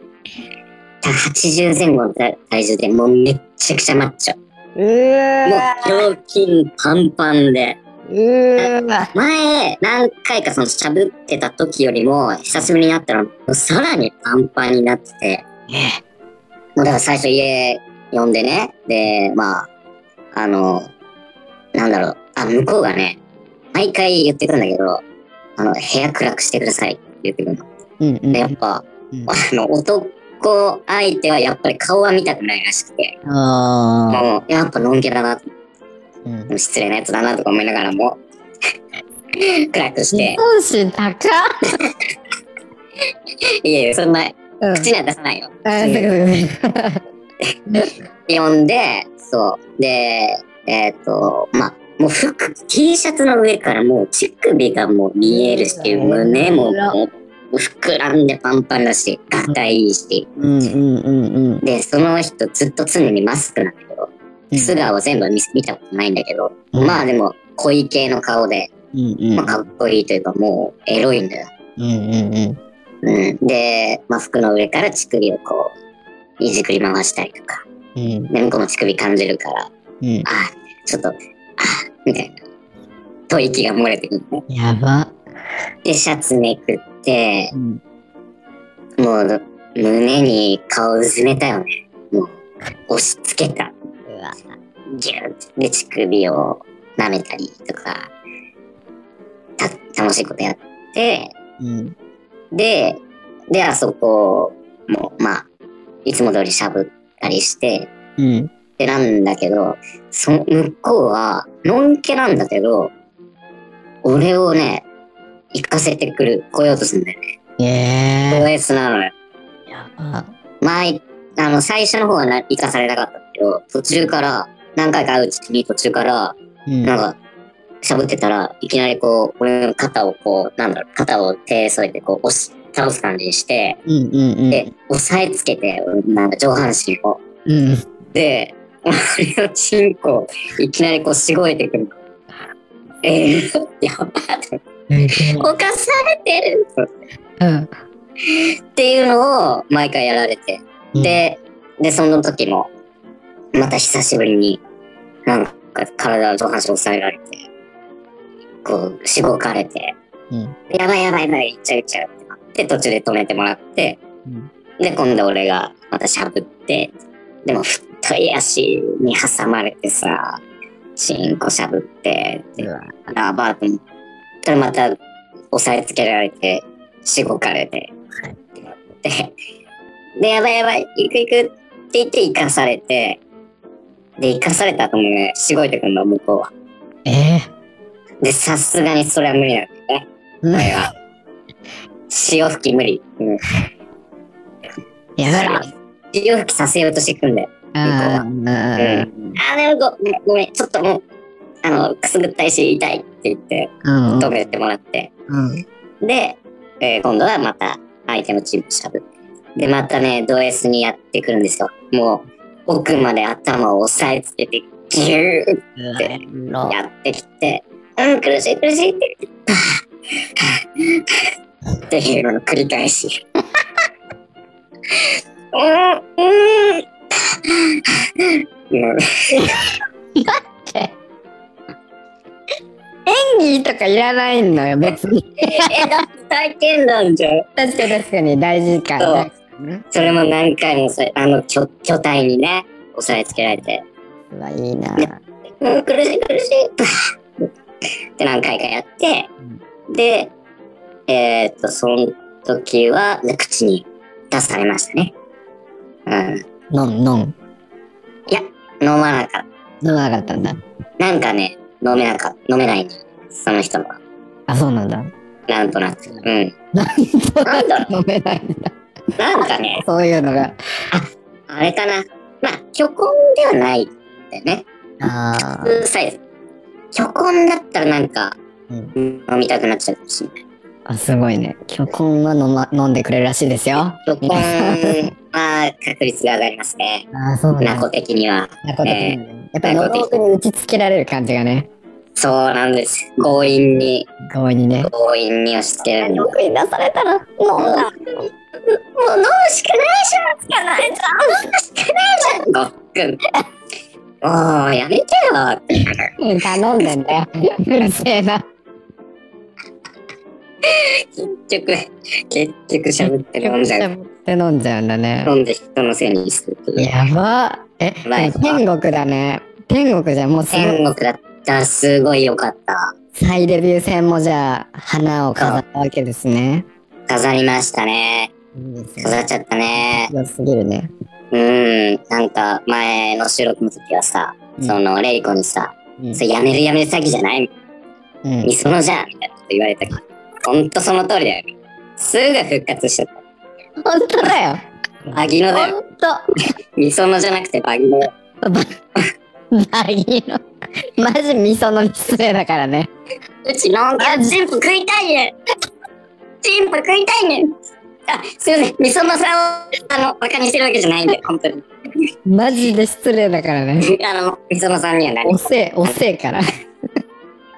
80前後の体重でもうめっちゃくちゃマッチョ。うーもわう胸筋パンパンで。うーわ前何回かそのしゃぶってた時よりも久しぶりに会ったらさらにパンパンになってて。もうだから最初家呼んでね。で、まあ、あの、なんだろう。あ、向こうがね、毎回言ってくるんだけど、あの、部屋暗くしてくださいって言ってくるの。うんうんでやっぱ、うんあの、男相手はやっぱり顔は見たくないらしくて、あもう、やっぱのんけだな、でーうんも失礼なやつだなとか思いながらも、 暗く自して、尊心高っいやいや、そんな、うん口には出さないよ。あすごいすごい呼んで、そう。で、えっ、と、まあ、もう服、T シャツの上からもう乳首がもう見えるし、胸ももう膨らんでパンパンだし、ガタイいいし。うんうんうんうんで、その人ずっと常にマスクなんだけど、うん素顔全部見見たことないんだけど、うんまあでも、濃い系の顔で、うんうんまあ、かっこいいというか、もう、エロいんだよ。うんうんうんうん。で、まあ、服の上から乳首をこう、いじくり回したりとか、うんで、向こうも乳首感じるから、うんあちょっと、あみたいな。吐息が漏れてくるね。やばで、シャツめくって、うんもう、胸に顔うずめたよね。もう、押し付けた。うわギューってで乳首を舐めたりとかた楽しいことやってうんでであそこもまあいつも通りしゃぶったりしてうんでなんだけどその向こうはのんけなんだけど俺をね行かせてくる来ようとするんだよねえ OS なのよーやば前あの最初の方はな行かされなかったけど途中から何回か会ううちに途中からうんなんか、しゃぶってたら、いきなりこう、俺の肩をこう、なんだろう、肩を手添えてこう、押し、倒す感じにして、うんうんうんで、押さえつけて、なんか上半身を。うんで、俺のチンコをいきなりこう、しごいてくるの。えー、やばい。めっち犯されてるゃうんっていうのを、毎回やられて。で、で、その時も、また久しぶりに、なんか体を上半身押さえられて、こう、しごかれて、うんやばいやばいやばい、いっちゃういっちゃうってなって、途中で止めてもらって、うんで、今度俺がまたしゃぶって、でも太い足に挟まれてさ、チンコしゃぶって、うわラバーと思ったらまた押さえつけられて、しごかれて、で、で、やばいやばい、行く行くって言って行かされて、で、行かされた後もね、しごいてくんの、向こうは。えで、さすがにそれは無理なんだよね、ーこれは。 潮吹き無理。うん。やばい潮吹きさせようとしてくんだよ。あーうんあー、でもごごごめん、ちょっともう、あの、くすぐったいし、痛いって言って、うん止めてもらって。うんで、えー今度はまた相手のチームしゃぶで、またね、ド S にやってくるんですよ。もう、奥まで頭を押さえつけて、ギューろやってきて、うん、苦しい苦しいって、はぁはぁはぁっていうのの繰り返し。うん、うん、もうって。演技とかいらないのよ、別に。え、だって体験談じゃん。確かに確かに大事かそう大事かな。それも何回もそれあの巨巨体にね、押さえつけられて、うわ、いいな。うん、苦しい苦しいパーって何回かやって、で、えーっと、その時は、口に出されましたね。うん。のんのん。飲まなかっ飲まなかったんだ。た。なんかね、飲めなかった。飲めないね。その人も。あ、そうなんだ。なんとなく。うん。何となんだ飲めないんだ。なんかね、そういうのが。あれかな。まあ、虚婚ではないんだよね。ああ。普通サイズ。虚婚だったらなんか、うん飲みたくなっちゃうかもしれない。あ、すごいね。虚婚は飲,、ま、飲んでくれるらしいですよ。虚婚は確率が上がりますね。あ、そうナコ的には。なことねやっぱりな喉んか奥に打ちつけられる感じがね、そうなんです。強引に、強引にね。強引に押し付けられる。も奥に出されたら、飲んだ。う飲むしかないじゃんしかないじゃん飲むしかないじゃんごっくん。もうやめてようん頼んでんだ よ。うるせえな。結局、結局喋って飲んじゃう。って飲んじゃうんだね。飲んで人のせいにするっていう。やば。え、でまあも天国だね。天国じゃんもうすごい天国だったらすごい良かった。再デビュー戦もじゃあ花を飾ったわけですね。飾りましたね。いいです飾ね。っちゃったね。良すぎるね。うん。なんか前の収録の時はさ、うんそのレイコにさ、うんそれやめるやめる詐欺じゃないうんみそのじゃんみたいなこと言われたけど、ほんとその通りだよ。すぐ復活しちゃった。本当だよ。バギノだよ。本当。みそのじゃなくてバギノ。バギの。マジ味噌の失礼だからね。うちなんか全部食いたいねん。全部食いたいねん。あ、すいません。みそのさんを、あの、馬鹿にしてるわけじゃないんで、本当に。 マジで失礼だからね。あの、みそのさんには何もおせえ、おせえから。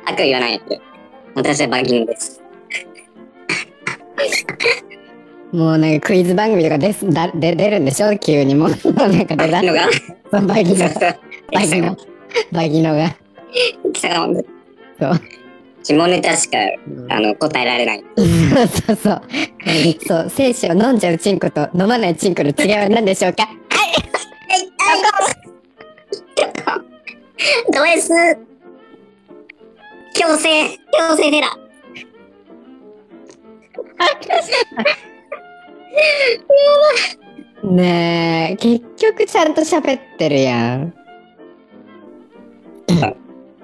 悪意はないんで。私はバギノです。もうなんかクイズ番組とかですだで出るんでしょ急にもう。 なんかバ出だギノがバギの。バギノ の。 バギのが。そう下ネタしか、あの、答えられない。 そうそう。そう、精子を飲んじゃうチンコと飲まないチンコの違いは何でしょうかド S 強制強制デラねえ、結局ちゃんと喋ってるやん。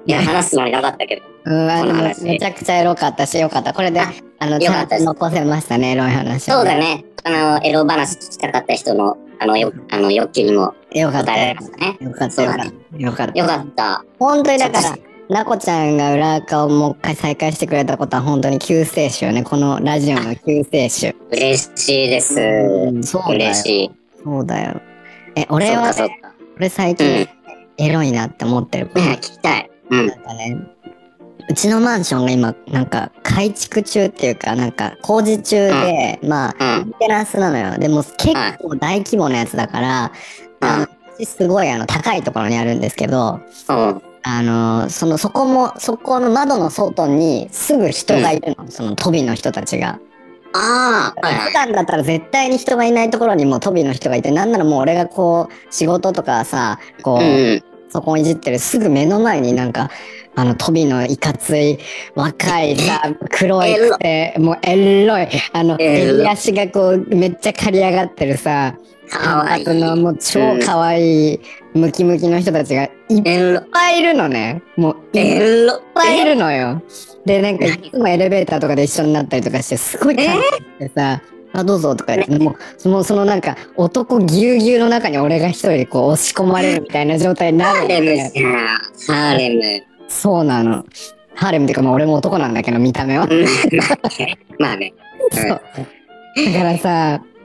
いや話すつもりなかったけどうん、あこでのも話めちゃくちゃエロかったし、よかった。これで、ああの、ちよゃんかっとたです残せましたね、エロい話。そうだ。ねあのエロ話聞きたかった人のあのよあの欲求にもよかった答えられよ。ましたねよかったそうよだかっねた。よかった。よかった本当にだから、なこちゃんが裏垢をもう一回再開してくれたことは本当に救世主よね。このラジオの救世主。嬉しいですうんそうだよ嬉しいそうだよ。え、俺そうはか、そうか俺最うん近エロいなって思ってることね聞きたいうんなんかね、うちのマンションが今、なんか改築中っていうか、なんか工事中で、まあ、うんメンテナンスなのよ。でも結構大規模なやつだから、うんあの、私すごいあの、高いところにあるんですけど、うんあの、その、そこも、そこの窓の外にすぐ人がいるの。その、飛びの人たちが。ああはいは普い段だったら絶対に人がいないところにもう飛びの人がいて、なんならもう俺がこう、仕事とかさ、こう、うんそこをいじってるすぐ目の前になんかあの飛びのいかつい若いさ黒いくてもうエロいあのエロ襟足がこうめっちゃ刈り上がってるさかわいいあのもう超かわいいムキムキの人たちがいっエロぱいいるのねもういっエロぱいいるのよでなんかいつもエレベーターとかで一緒になったりとかしてすごい感じてさあどうぞとか言ってもうそのそのなんか男ぎゅうぎゅうの中に俺が一人こう押し込まれるみたいな状態になハるのーレムねじゃんハーレムそうなの。ハーレムっていうか、まあ俺も男なんだけど、見た目は。うんまあね。そううんだからさ、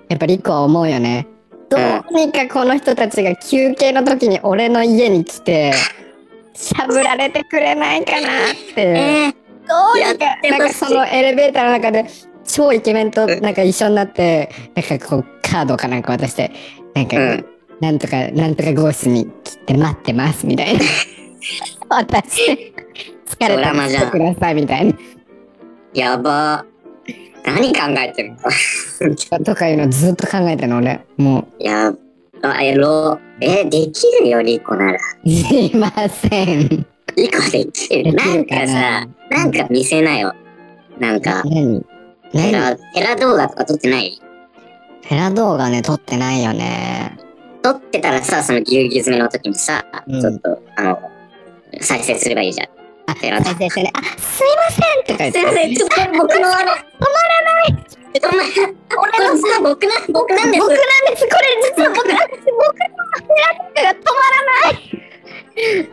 やっぱリコは思うよね。どうにかこの人たちが休憩の時に俺の家に来て、しゃぶられてくれないかなっていう。えー、どうにやかっ、てなんほかしいそのエレベーターの中で、超イケメンとなんか一緒になって、なんかこう、カードかなんか渡して、なんか、うんなんとか、なんとか号室に来て待ってます、みた いな。渡して、疲れドたらラマじ来ゃてんください、みたいな。やば。何考えてんのとかいうのずっと考えてるの、俺。もやば。えろ。え、できるよ、リコなら。う、すいません。リコできる。でなきんるかかなさ、なんか見せなよ。なんか、何何ヘラ、ヘラ動画とか撮ってないフェラ動画ね、撮ってないよね。撮ってたらさ、そのぎゅうぎゅう詰めの時にさ、うんちょっと、あの、再生すればいいじゃん。あ、ヘラ動再生してね。あ、すいませんとか言画。っすてい。ません、ちょっと僕のあの、止まらない。止まら俺のさ、僕な、僕なんです。僕なんです。これ実は僕なんです。僕のフェラ動画が止ま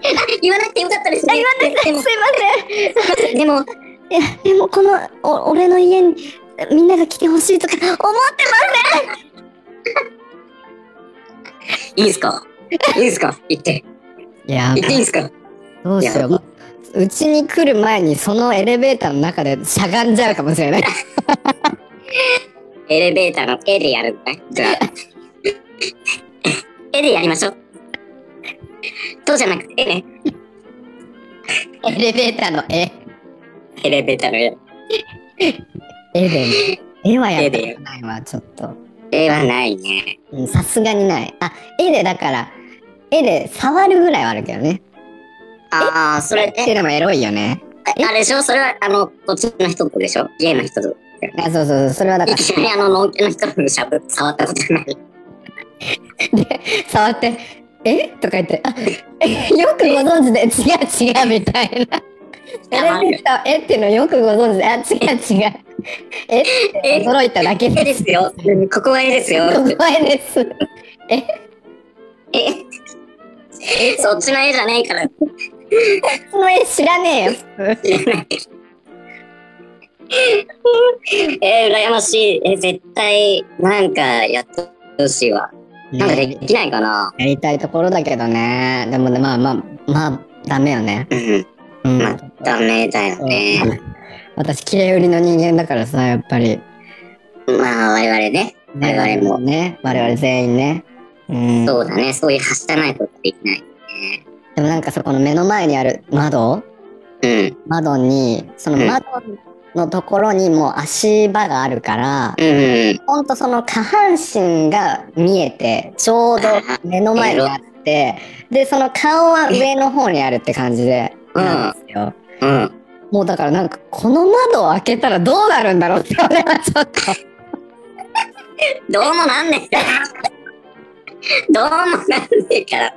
言わなくてよかったですね。言わなくてらない。すいません。でも、いやでもこのお俺の家にみんなが来てほしいとか思っていいんすかいいんすか言って。いや言っていいんすかどうしよやばううちに来る前にそのエレベーターの中でしゃがんじゃうかもしれ ないエレベーターの絵でやるんだね。じゃ あ。絵でやりましょう。そうじゃなくて絵ね。エレベーターの絵エレベーターの絵。絵でね絵はやった絵でことないわちょっと絵はないね。うんさすがにないあ絵でだから絵で触るぐらいはあるけどねああ、それっていね。うのもエロいよねあれでしょそれは、あの、こっちの人とでしょ家の人と。あそうそうそうそれはだかいらきなりあの、農家の人のしゃぶ、触ったことない。触って「えとか言ってあ「よくご存知で 違う違う」みたいな。エ黙るレベーターえっていうのよくご存知であ違う違う。えってえ、驚いただけ絵で。ですすよ。うんここは絵ですよ。怖いです。え、そっちの絵じゃないから。その絵知らねえよ。普通えー、羨ましい。え、絶対、なんか、やってほしいわ。なんかでねきないかな。やりたいところだけどね。でもねまあまあまあダメよね。うん。うん。まあ、ダメだよね。私綺麗売りの人間だからさやっぱり。まあ、我々ね。ね我々もね我々全員ね。うん。そうだね。そういうはしたないことできない。でもなんかそこの目の前にある窓うん。窓にそのうん窓のところにもう足場があるから、うんうん。ほんとその下半身が見えてちょうど目の前にあってでその顔は上の方にあるって感じでうんなんですよ。うん。もうだからなんかこの窓を開けたらどうなるんだろうって俺はちょっとどうもなんねえから。 どうもなんねえから。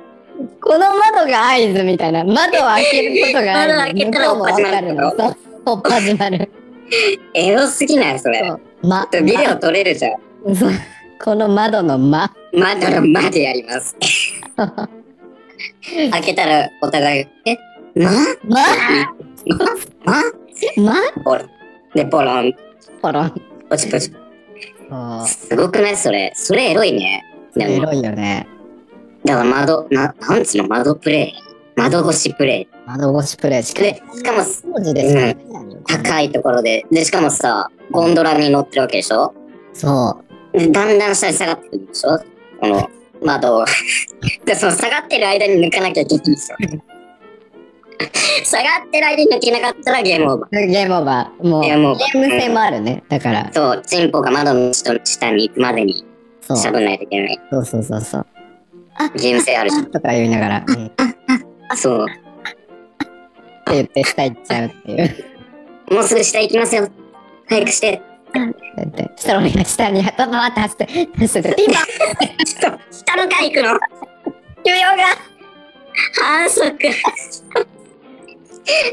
この窓が合図みたいな窓を開けることが 窓を合開図け向たらこうもわかるのおっそうおっ始まるエロすぎないそれ。そうま ビデオ撮れるじゃ ん。そうこの窓の間まだまでやり ます。開けたらお互い、え、まままままポロン。で、ポロン。ポロンポチポチ。そすごくないそれ。それエロいね。う。でエも、ロいよね。だから窓、ななんつうの窓プレイ。窓越しプレ窓越しプレイしイ。かで、しかも当時でしかできないよ高いところで、で、しかもさ、ゴンドラに乗ってるわけでしょそで、だんだん下に下がってくるでしょこの窓を。 で、その下がってる間に抜かなきゃいけないんですよ。下がってる間に抜けなかったらゲームオーバう。ゲームオーバー。もう、ゲゲームオーバーーム性もあるね。だからー。、そう、チンポが窓の下下に行くまでにそう。しゃぶんないといけない。そうそうそうそう。ゲーム性あるじゃん。とか言いながら、うん、ってそう。言って下行っちゃうっていう。もうすぐ下行きますよ。早くして。だってそしたら俺が下に頭ババって走 って、走ってて、今、ちょっと、下の階行くの寿命が反則。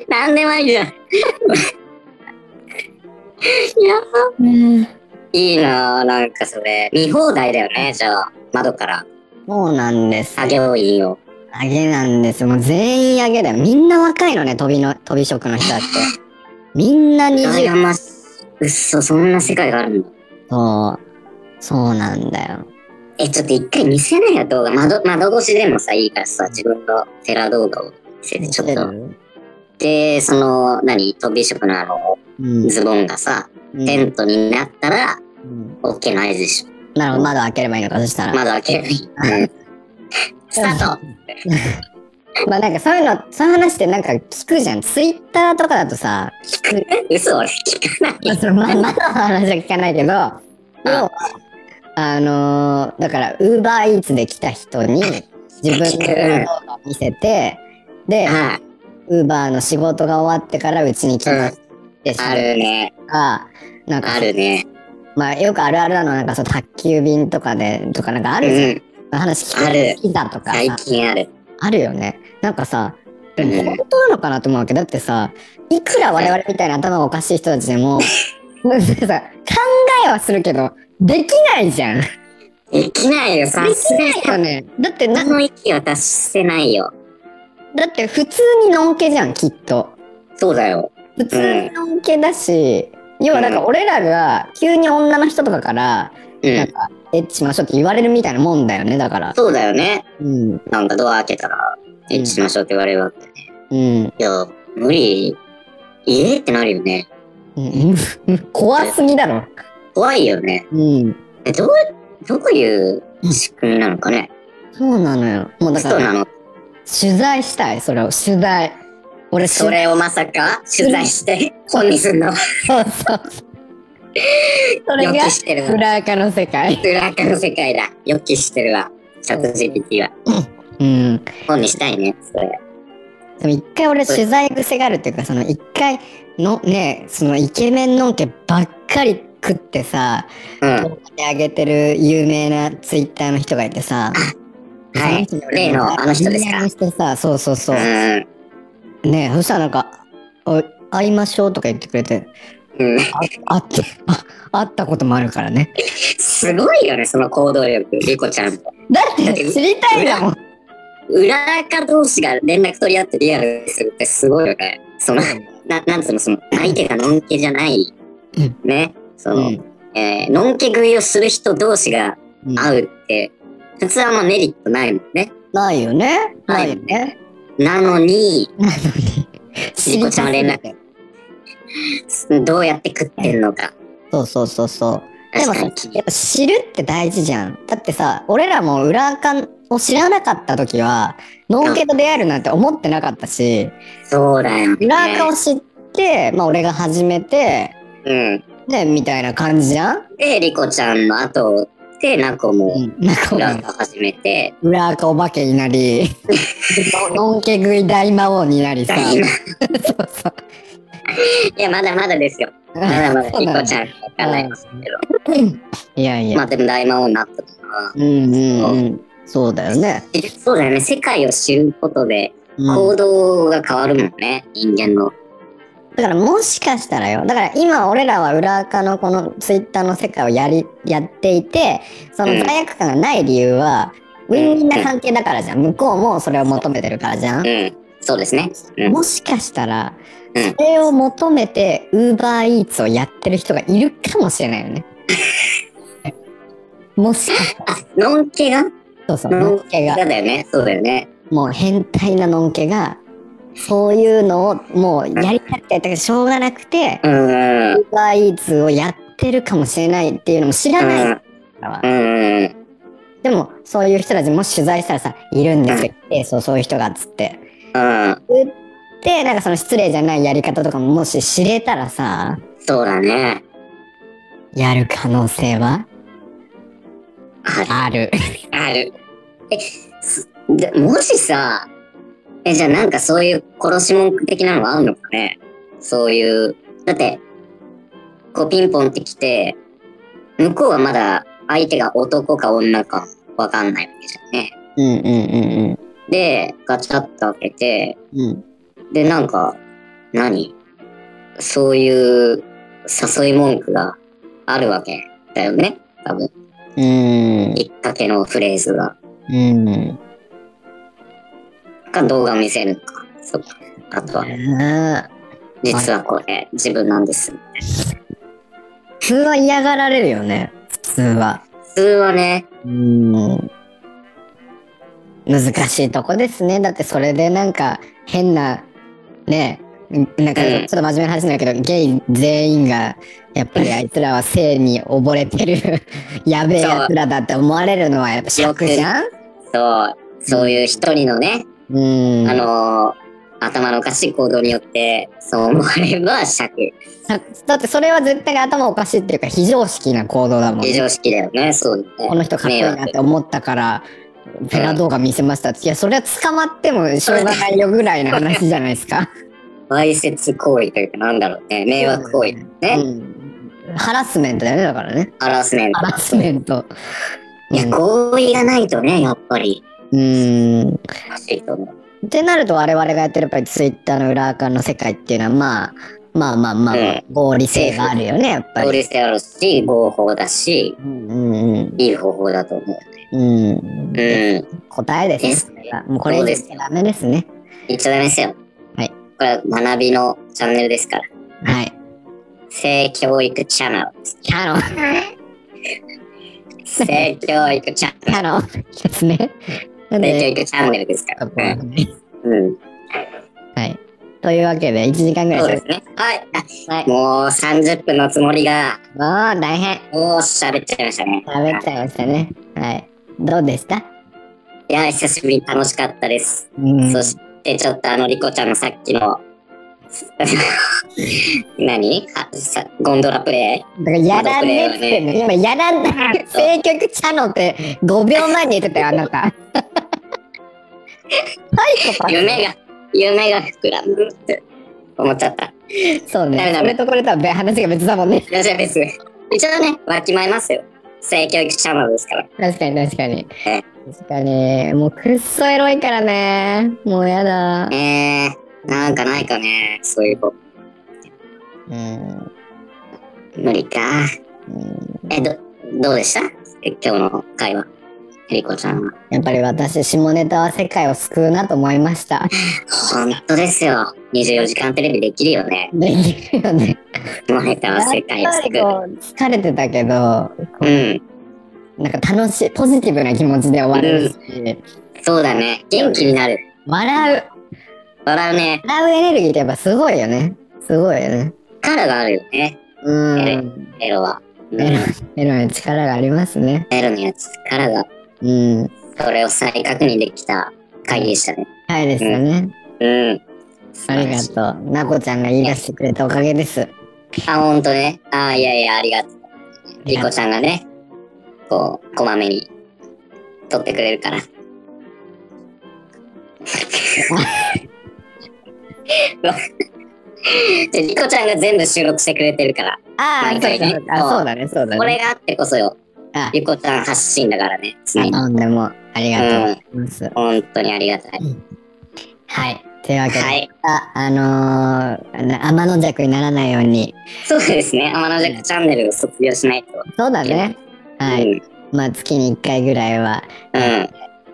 なんでもありじゃん。やば。うん。いいなぁ、なんかそれ。見放題だよね、じゃあ。窓から。そうなんです。作業員を。あげなんです。もう全員あげだよ。みんな若いのね、飛びの、飛び職の人だって。みんな20羨ましい。うっそ、そんな世界があるんだ。そう。そうなんだよ。え、ちょっと一回見せないよ、動画。窓、窓越しでもさ、いいからさ、自分のテラ動画を。生でちょっと。で、その、何、飛び職のあの、うん。ズボンがさ、うんテントになったら、うん。 OK の合図でしょ。なるほど、窓開ければいいのか、そしたら。窓開けない。うんスタートまあなんかそういうの、そういう話ってなんか聞くじゃん。ツイッターとかだとさ、嘘俺聞かない。そのまあ、まだ話は聞かないけど、要は、あのーだから、ウーバーイーツで来た人に、自分の動画を見せて、で、はい。ウーバーの仕事が終わってからうちに来ましたってしあるね。とか、なんかあ、るね。まあよくあるあるなの、なんかそう、宅急便とかで、とかなんかあうるじゃん。ん。話聞くあるピザとかさ最近ある。あるよね。なんかさ、でもうん本当なのかなと思うわけど、だってさ、いくら我々みたいな頭がおかしい人たちでも、 なんかさ考えはするけど、できないじゃん。でできないよ、さすきがないに。よね。だってな、何の息を出してないよ。だって普通にのんけじゃん、きっと。そうだよ。普通にのんけだし、要はなんか俺らが急に女の人とかから、うなんん。か、エッチしましょうって言われるみたいなもんだよね、だから。そうだよね。うん。なんかドア開けたら、エッチしましょうって言われるわけね。うん。いや、無理。えーってなるよね。うん、 怖すぎだろ。怖いよね。うん。えどう、どういう仕組みなのかね。そうなのよ。もうだかそうら。なの。取材したい、それを。取材。俺、それをまさか取材して本にすんの。取材そうそうそう。それ予が、期してるわ。裏垢の世界。裏垢の世界だ。予期してるわ。チャット GPT は。うん。本にしたいね、それ。でも一回俺、取材癖があるっていうか、その一回の、ね、そのイケメンのんけばっかり食ってさ、うん。動画で上げてる有名なツイッターの人がいてさ、はいそ人に。俺例のあの人です恋か。愛してさ、そうそうそう。うん。ねそしたらなんか、お会いましょうとか言ってくれて、うん。あ会って、あ会ったこともあるからね。すごいよね、その行動力、リコちゃん。だって知りたいんだもん。裏垢同士が連絡取り合ってリアルにするってすごいよね。その、ななんつうの、その、相手がのんけじゃないうん、ね、そうの、んえーのんけ食いをする人同士がうん会うって、普通はあんまメリットないもんね。ないよね。なないいよ ね。なのに、なのに。りこちゃんは連絡どうやって食ってんのか。そうそうそうそう。で確もかさに気、にやっぱ知るって大事じゃん。だってさ、俺らも裏垢を知らなかった時は、ノンケと出会えるなんて思ってなかったし、そうだよ、ね。裏垢を知って、まあ俺が始めて、うん。ね、みたいな感じじゃん。で、リコちゃんの後で、ナコうもん。なんか裏俺、垢始めて、裏垢お化けにな り、ノンケ食い大魔王になりさ。大魔そうそう。いや、まだまだですよ。まだまだ リコちゃんわかんないですけど。いやいや。まあでも大魔王になったとか。うんうんうん。そうだよね。そうだよね。世界を知ることでうん行動が変わるもんね。人間の。だからもしかしたらよ、だから今俺らは裏垢のこのツイッターの世界をやり、やっていて、そのうん罪悪感がない理由は、ウィンウィンな関係だからじゃん。向こうもそれを求めてるからじゃんう。ん。そうですね。うんもしかしたら、うんそれを求めてウーバーイーツをやってる人がいるかもしれない よね。もしかしたら、あ、のんけがそうそう、のんけがが、だよね。そうだよね。もう変態なのんけが、そういうのをもうやりたくて、だからしょうがなくて、うん。ウーバーイーツをやってるかもしれないっていうのも知らないから、うん。うん。でもそういう人たちも取材したらさいるんですよ、えそうそういう人がっつってうん。でなんかその失礼じゃないやり方とかももし知れたらさそうだね。やる可能性はある。あるある。え、すでもしさ、え、じゃあなんかそういう殺し文的なのがあるのかねそういう。だって、こうピンポンって来て、向こうはまだ相手が男か女かわかんないわけじゃんね。うんうんうんで、ガチャッと開けて、うんうんで、なんか、何そういう誘い文句があるわけだよね多分。うんきっかけのフレーズが。うんか動画を見せるのか。そっか。あとは、あー実はこれ、自分なんです。普通は嫌がられるよね普通は普通はね、うん難しいとこですねだってそれでなんか変な、ね、なんかうんちょっと真面目な話なんだけど、ゲイ全員が、やっぱりあいつらは性に溺れてる、 やべえやつらだって思われるのはやっぱショックじゃんそう、そういう一人のね、うん。あのー頭のおかしい行動によって、そう思われば尺。さだってそれは絶対頭おかしいっていうか非常識な行動だもん非ね。常識だよね、そうだね。この人かっこいいなって思ったから、ペラ動画見せましたって。いや、それは捕まってもしょうがないよぐらいの話じゃないですか。わいせつ行為というか、なんだろうね、迷惑行為ね、うんハラスメントだよね、だからね。ハラスメント。ハラスメント。いや、合意がないとね、やっぱり、うん。うんおかしいと思う。ってなると我々がやってるやっぱりツイッターの裏垢の世界っていうのは、まあ、まあまあまあ、うん合理性があるよね、やっぱ合り。理性あるし、合法だし、うんうんいい方法だと思うう。ん。ううんん。答えですでねすね。もうこれ以上しちゃダメですね。言っちゃダメですよ。はい。これは学びのチャンネルですから。はい。性教育チャンネルです。キ ャロン、性教育チャンキャロンですね。なん 性教で、育チャンネルですから。うんうん。はい。というわけで、1時間ぐらいそうでですね。はい。す。はい。もう30分のつもりが、もう大変。もう喋っちゃいましたね。喋っちゃいましたね。はい。どうでしたいや、久しぶりに楽しかったです。うんそして、ちょっとあの、リコちゃんのさっきの、 何はさゴンドラプレイだからやらねえって言ってんの今、やらん、政局チャノって5秒前に言ってたよ、あな た。サイコパ夢が、夢が膨らむって思っちゃった。ス。そうね。ダそメダメれとこれとは別話が別だもんね。大丈夫です。一応ね、わきまえますよ。性教育チャンネルですから。確かに確かにえ。確かに。もうくっそエロいからね。もうやだ。えー、なんかないかね、そういう子。うん。無理か。え、ど、どうでしたえ今日の会話。エリコちゃんは。やっぱり私、下ネタは世界を救うなと思いました。本当ですよ。24時間テレビできるよね。できるよね。もうたは世界をやっぱ救りう。こう疲れてたけど、うん。なんか楽しい、ポジティブな気持ちで終われるし、そうだね。元気になる。笑う、笑うね。笑うエネルギーってやっぱすごいよね。すごいよね。力があるよね。うん。えエエロは。うんロ、エロに力がありますね。エロのやつ。力が。うん。それを再確認できた会でしたね。はいですよね。うん。素あ晴りらがしいとう。なこちゃんが言い出してくれたおかげです。あ、ほんとね。あいやいや、ありがとう。リコちゃんがね、こう、こまめに、撮ってくれるから。 でリコちゃんが全部収録してくれてるから。ああ、毎そう回かねそうかあそうだね、そうだこれね。があってこそよ。あリコちゃん発信だからね、常に。あ、でも、ありがとうございます。本当にありがたい。はい。というわけで、はい。あ、あのー、天の弱にならないように。そうですね。天の弱チャンネルを卒業しないと。そうだね。はうい。ん。まあ、月に1回ぐらいは、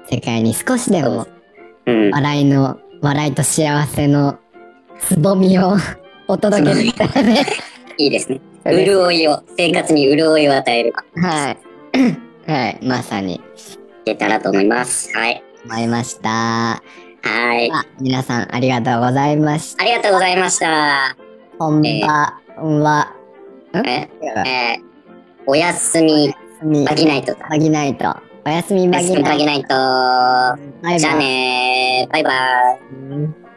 世界に少しでもうん。うん。笑いの、笑いと幸せのつぼみを お届けできたらね。いいですね。潤いを、生活に潤いを与える。はい。はい。まさに、いけたらと思います。はい。思いました。はい。あ皆さん、ありがとうございました。ありがとうございました。こんばんは。え、えーおやすみ、みバギナイトだ。バギナイト。おやすみおバやすギみ、ナバイギト。ナイト。バイじゃあバイ。ねー。バイバイ。うん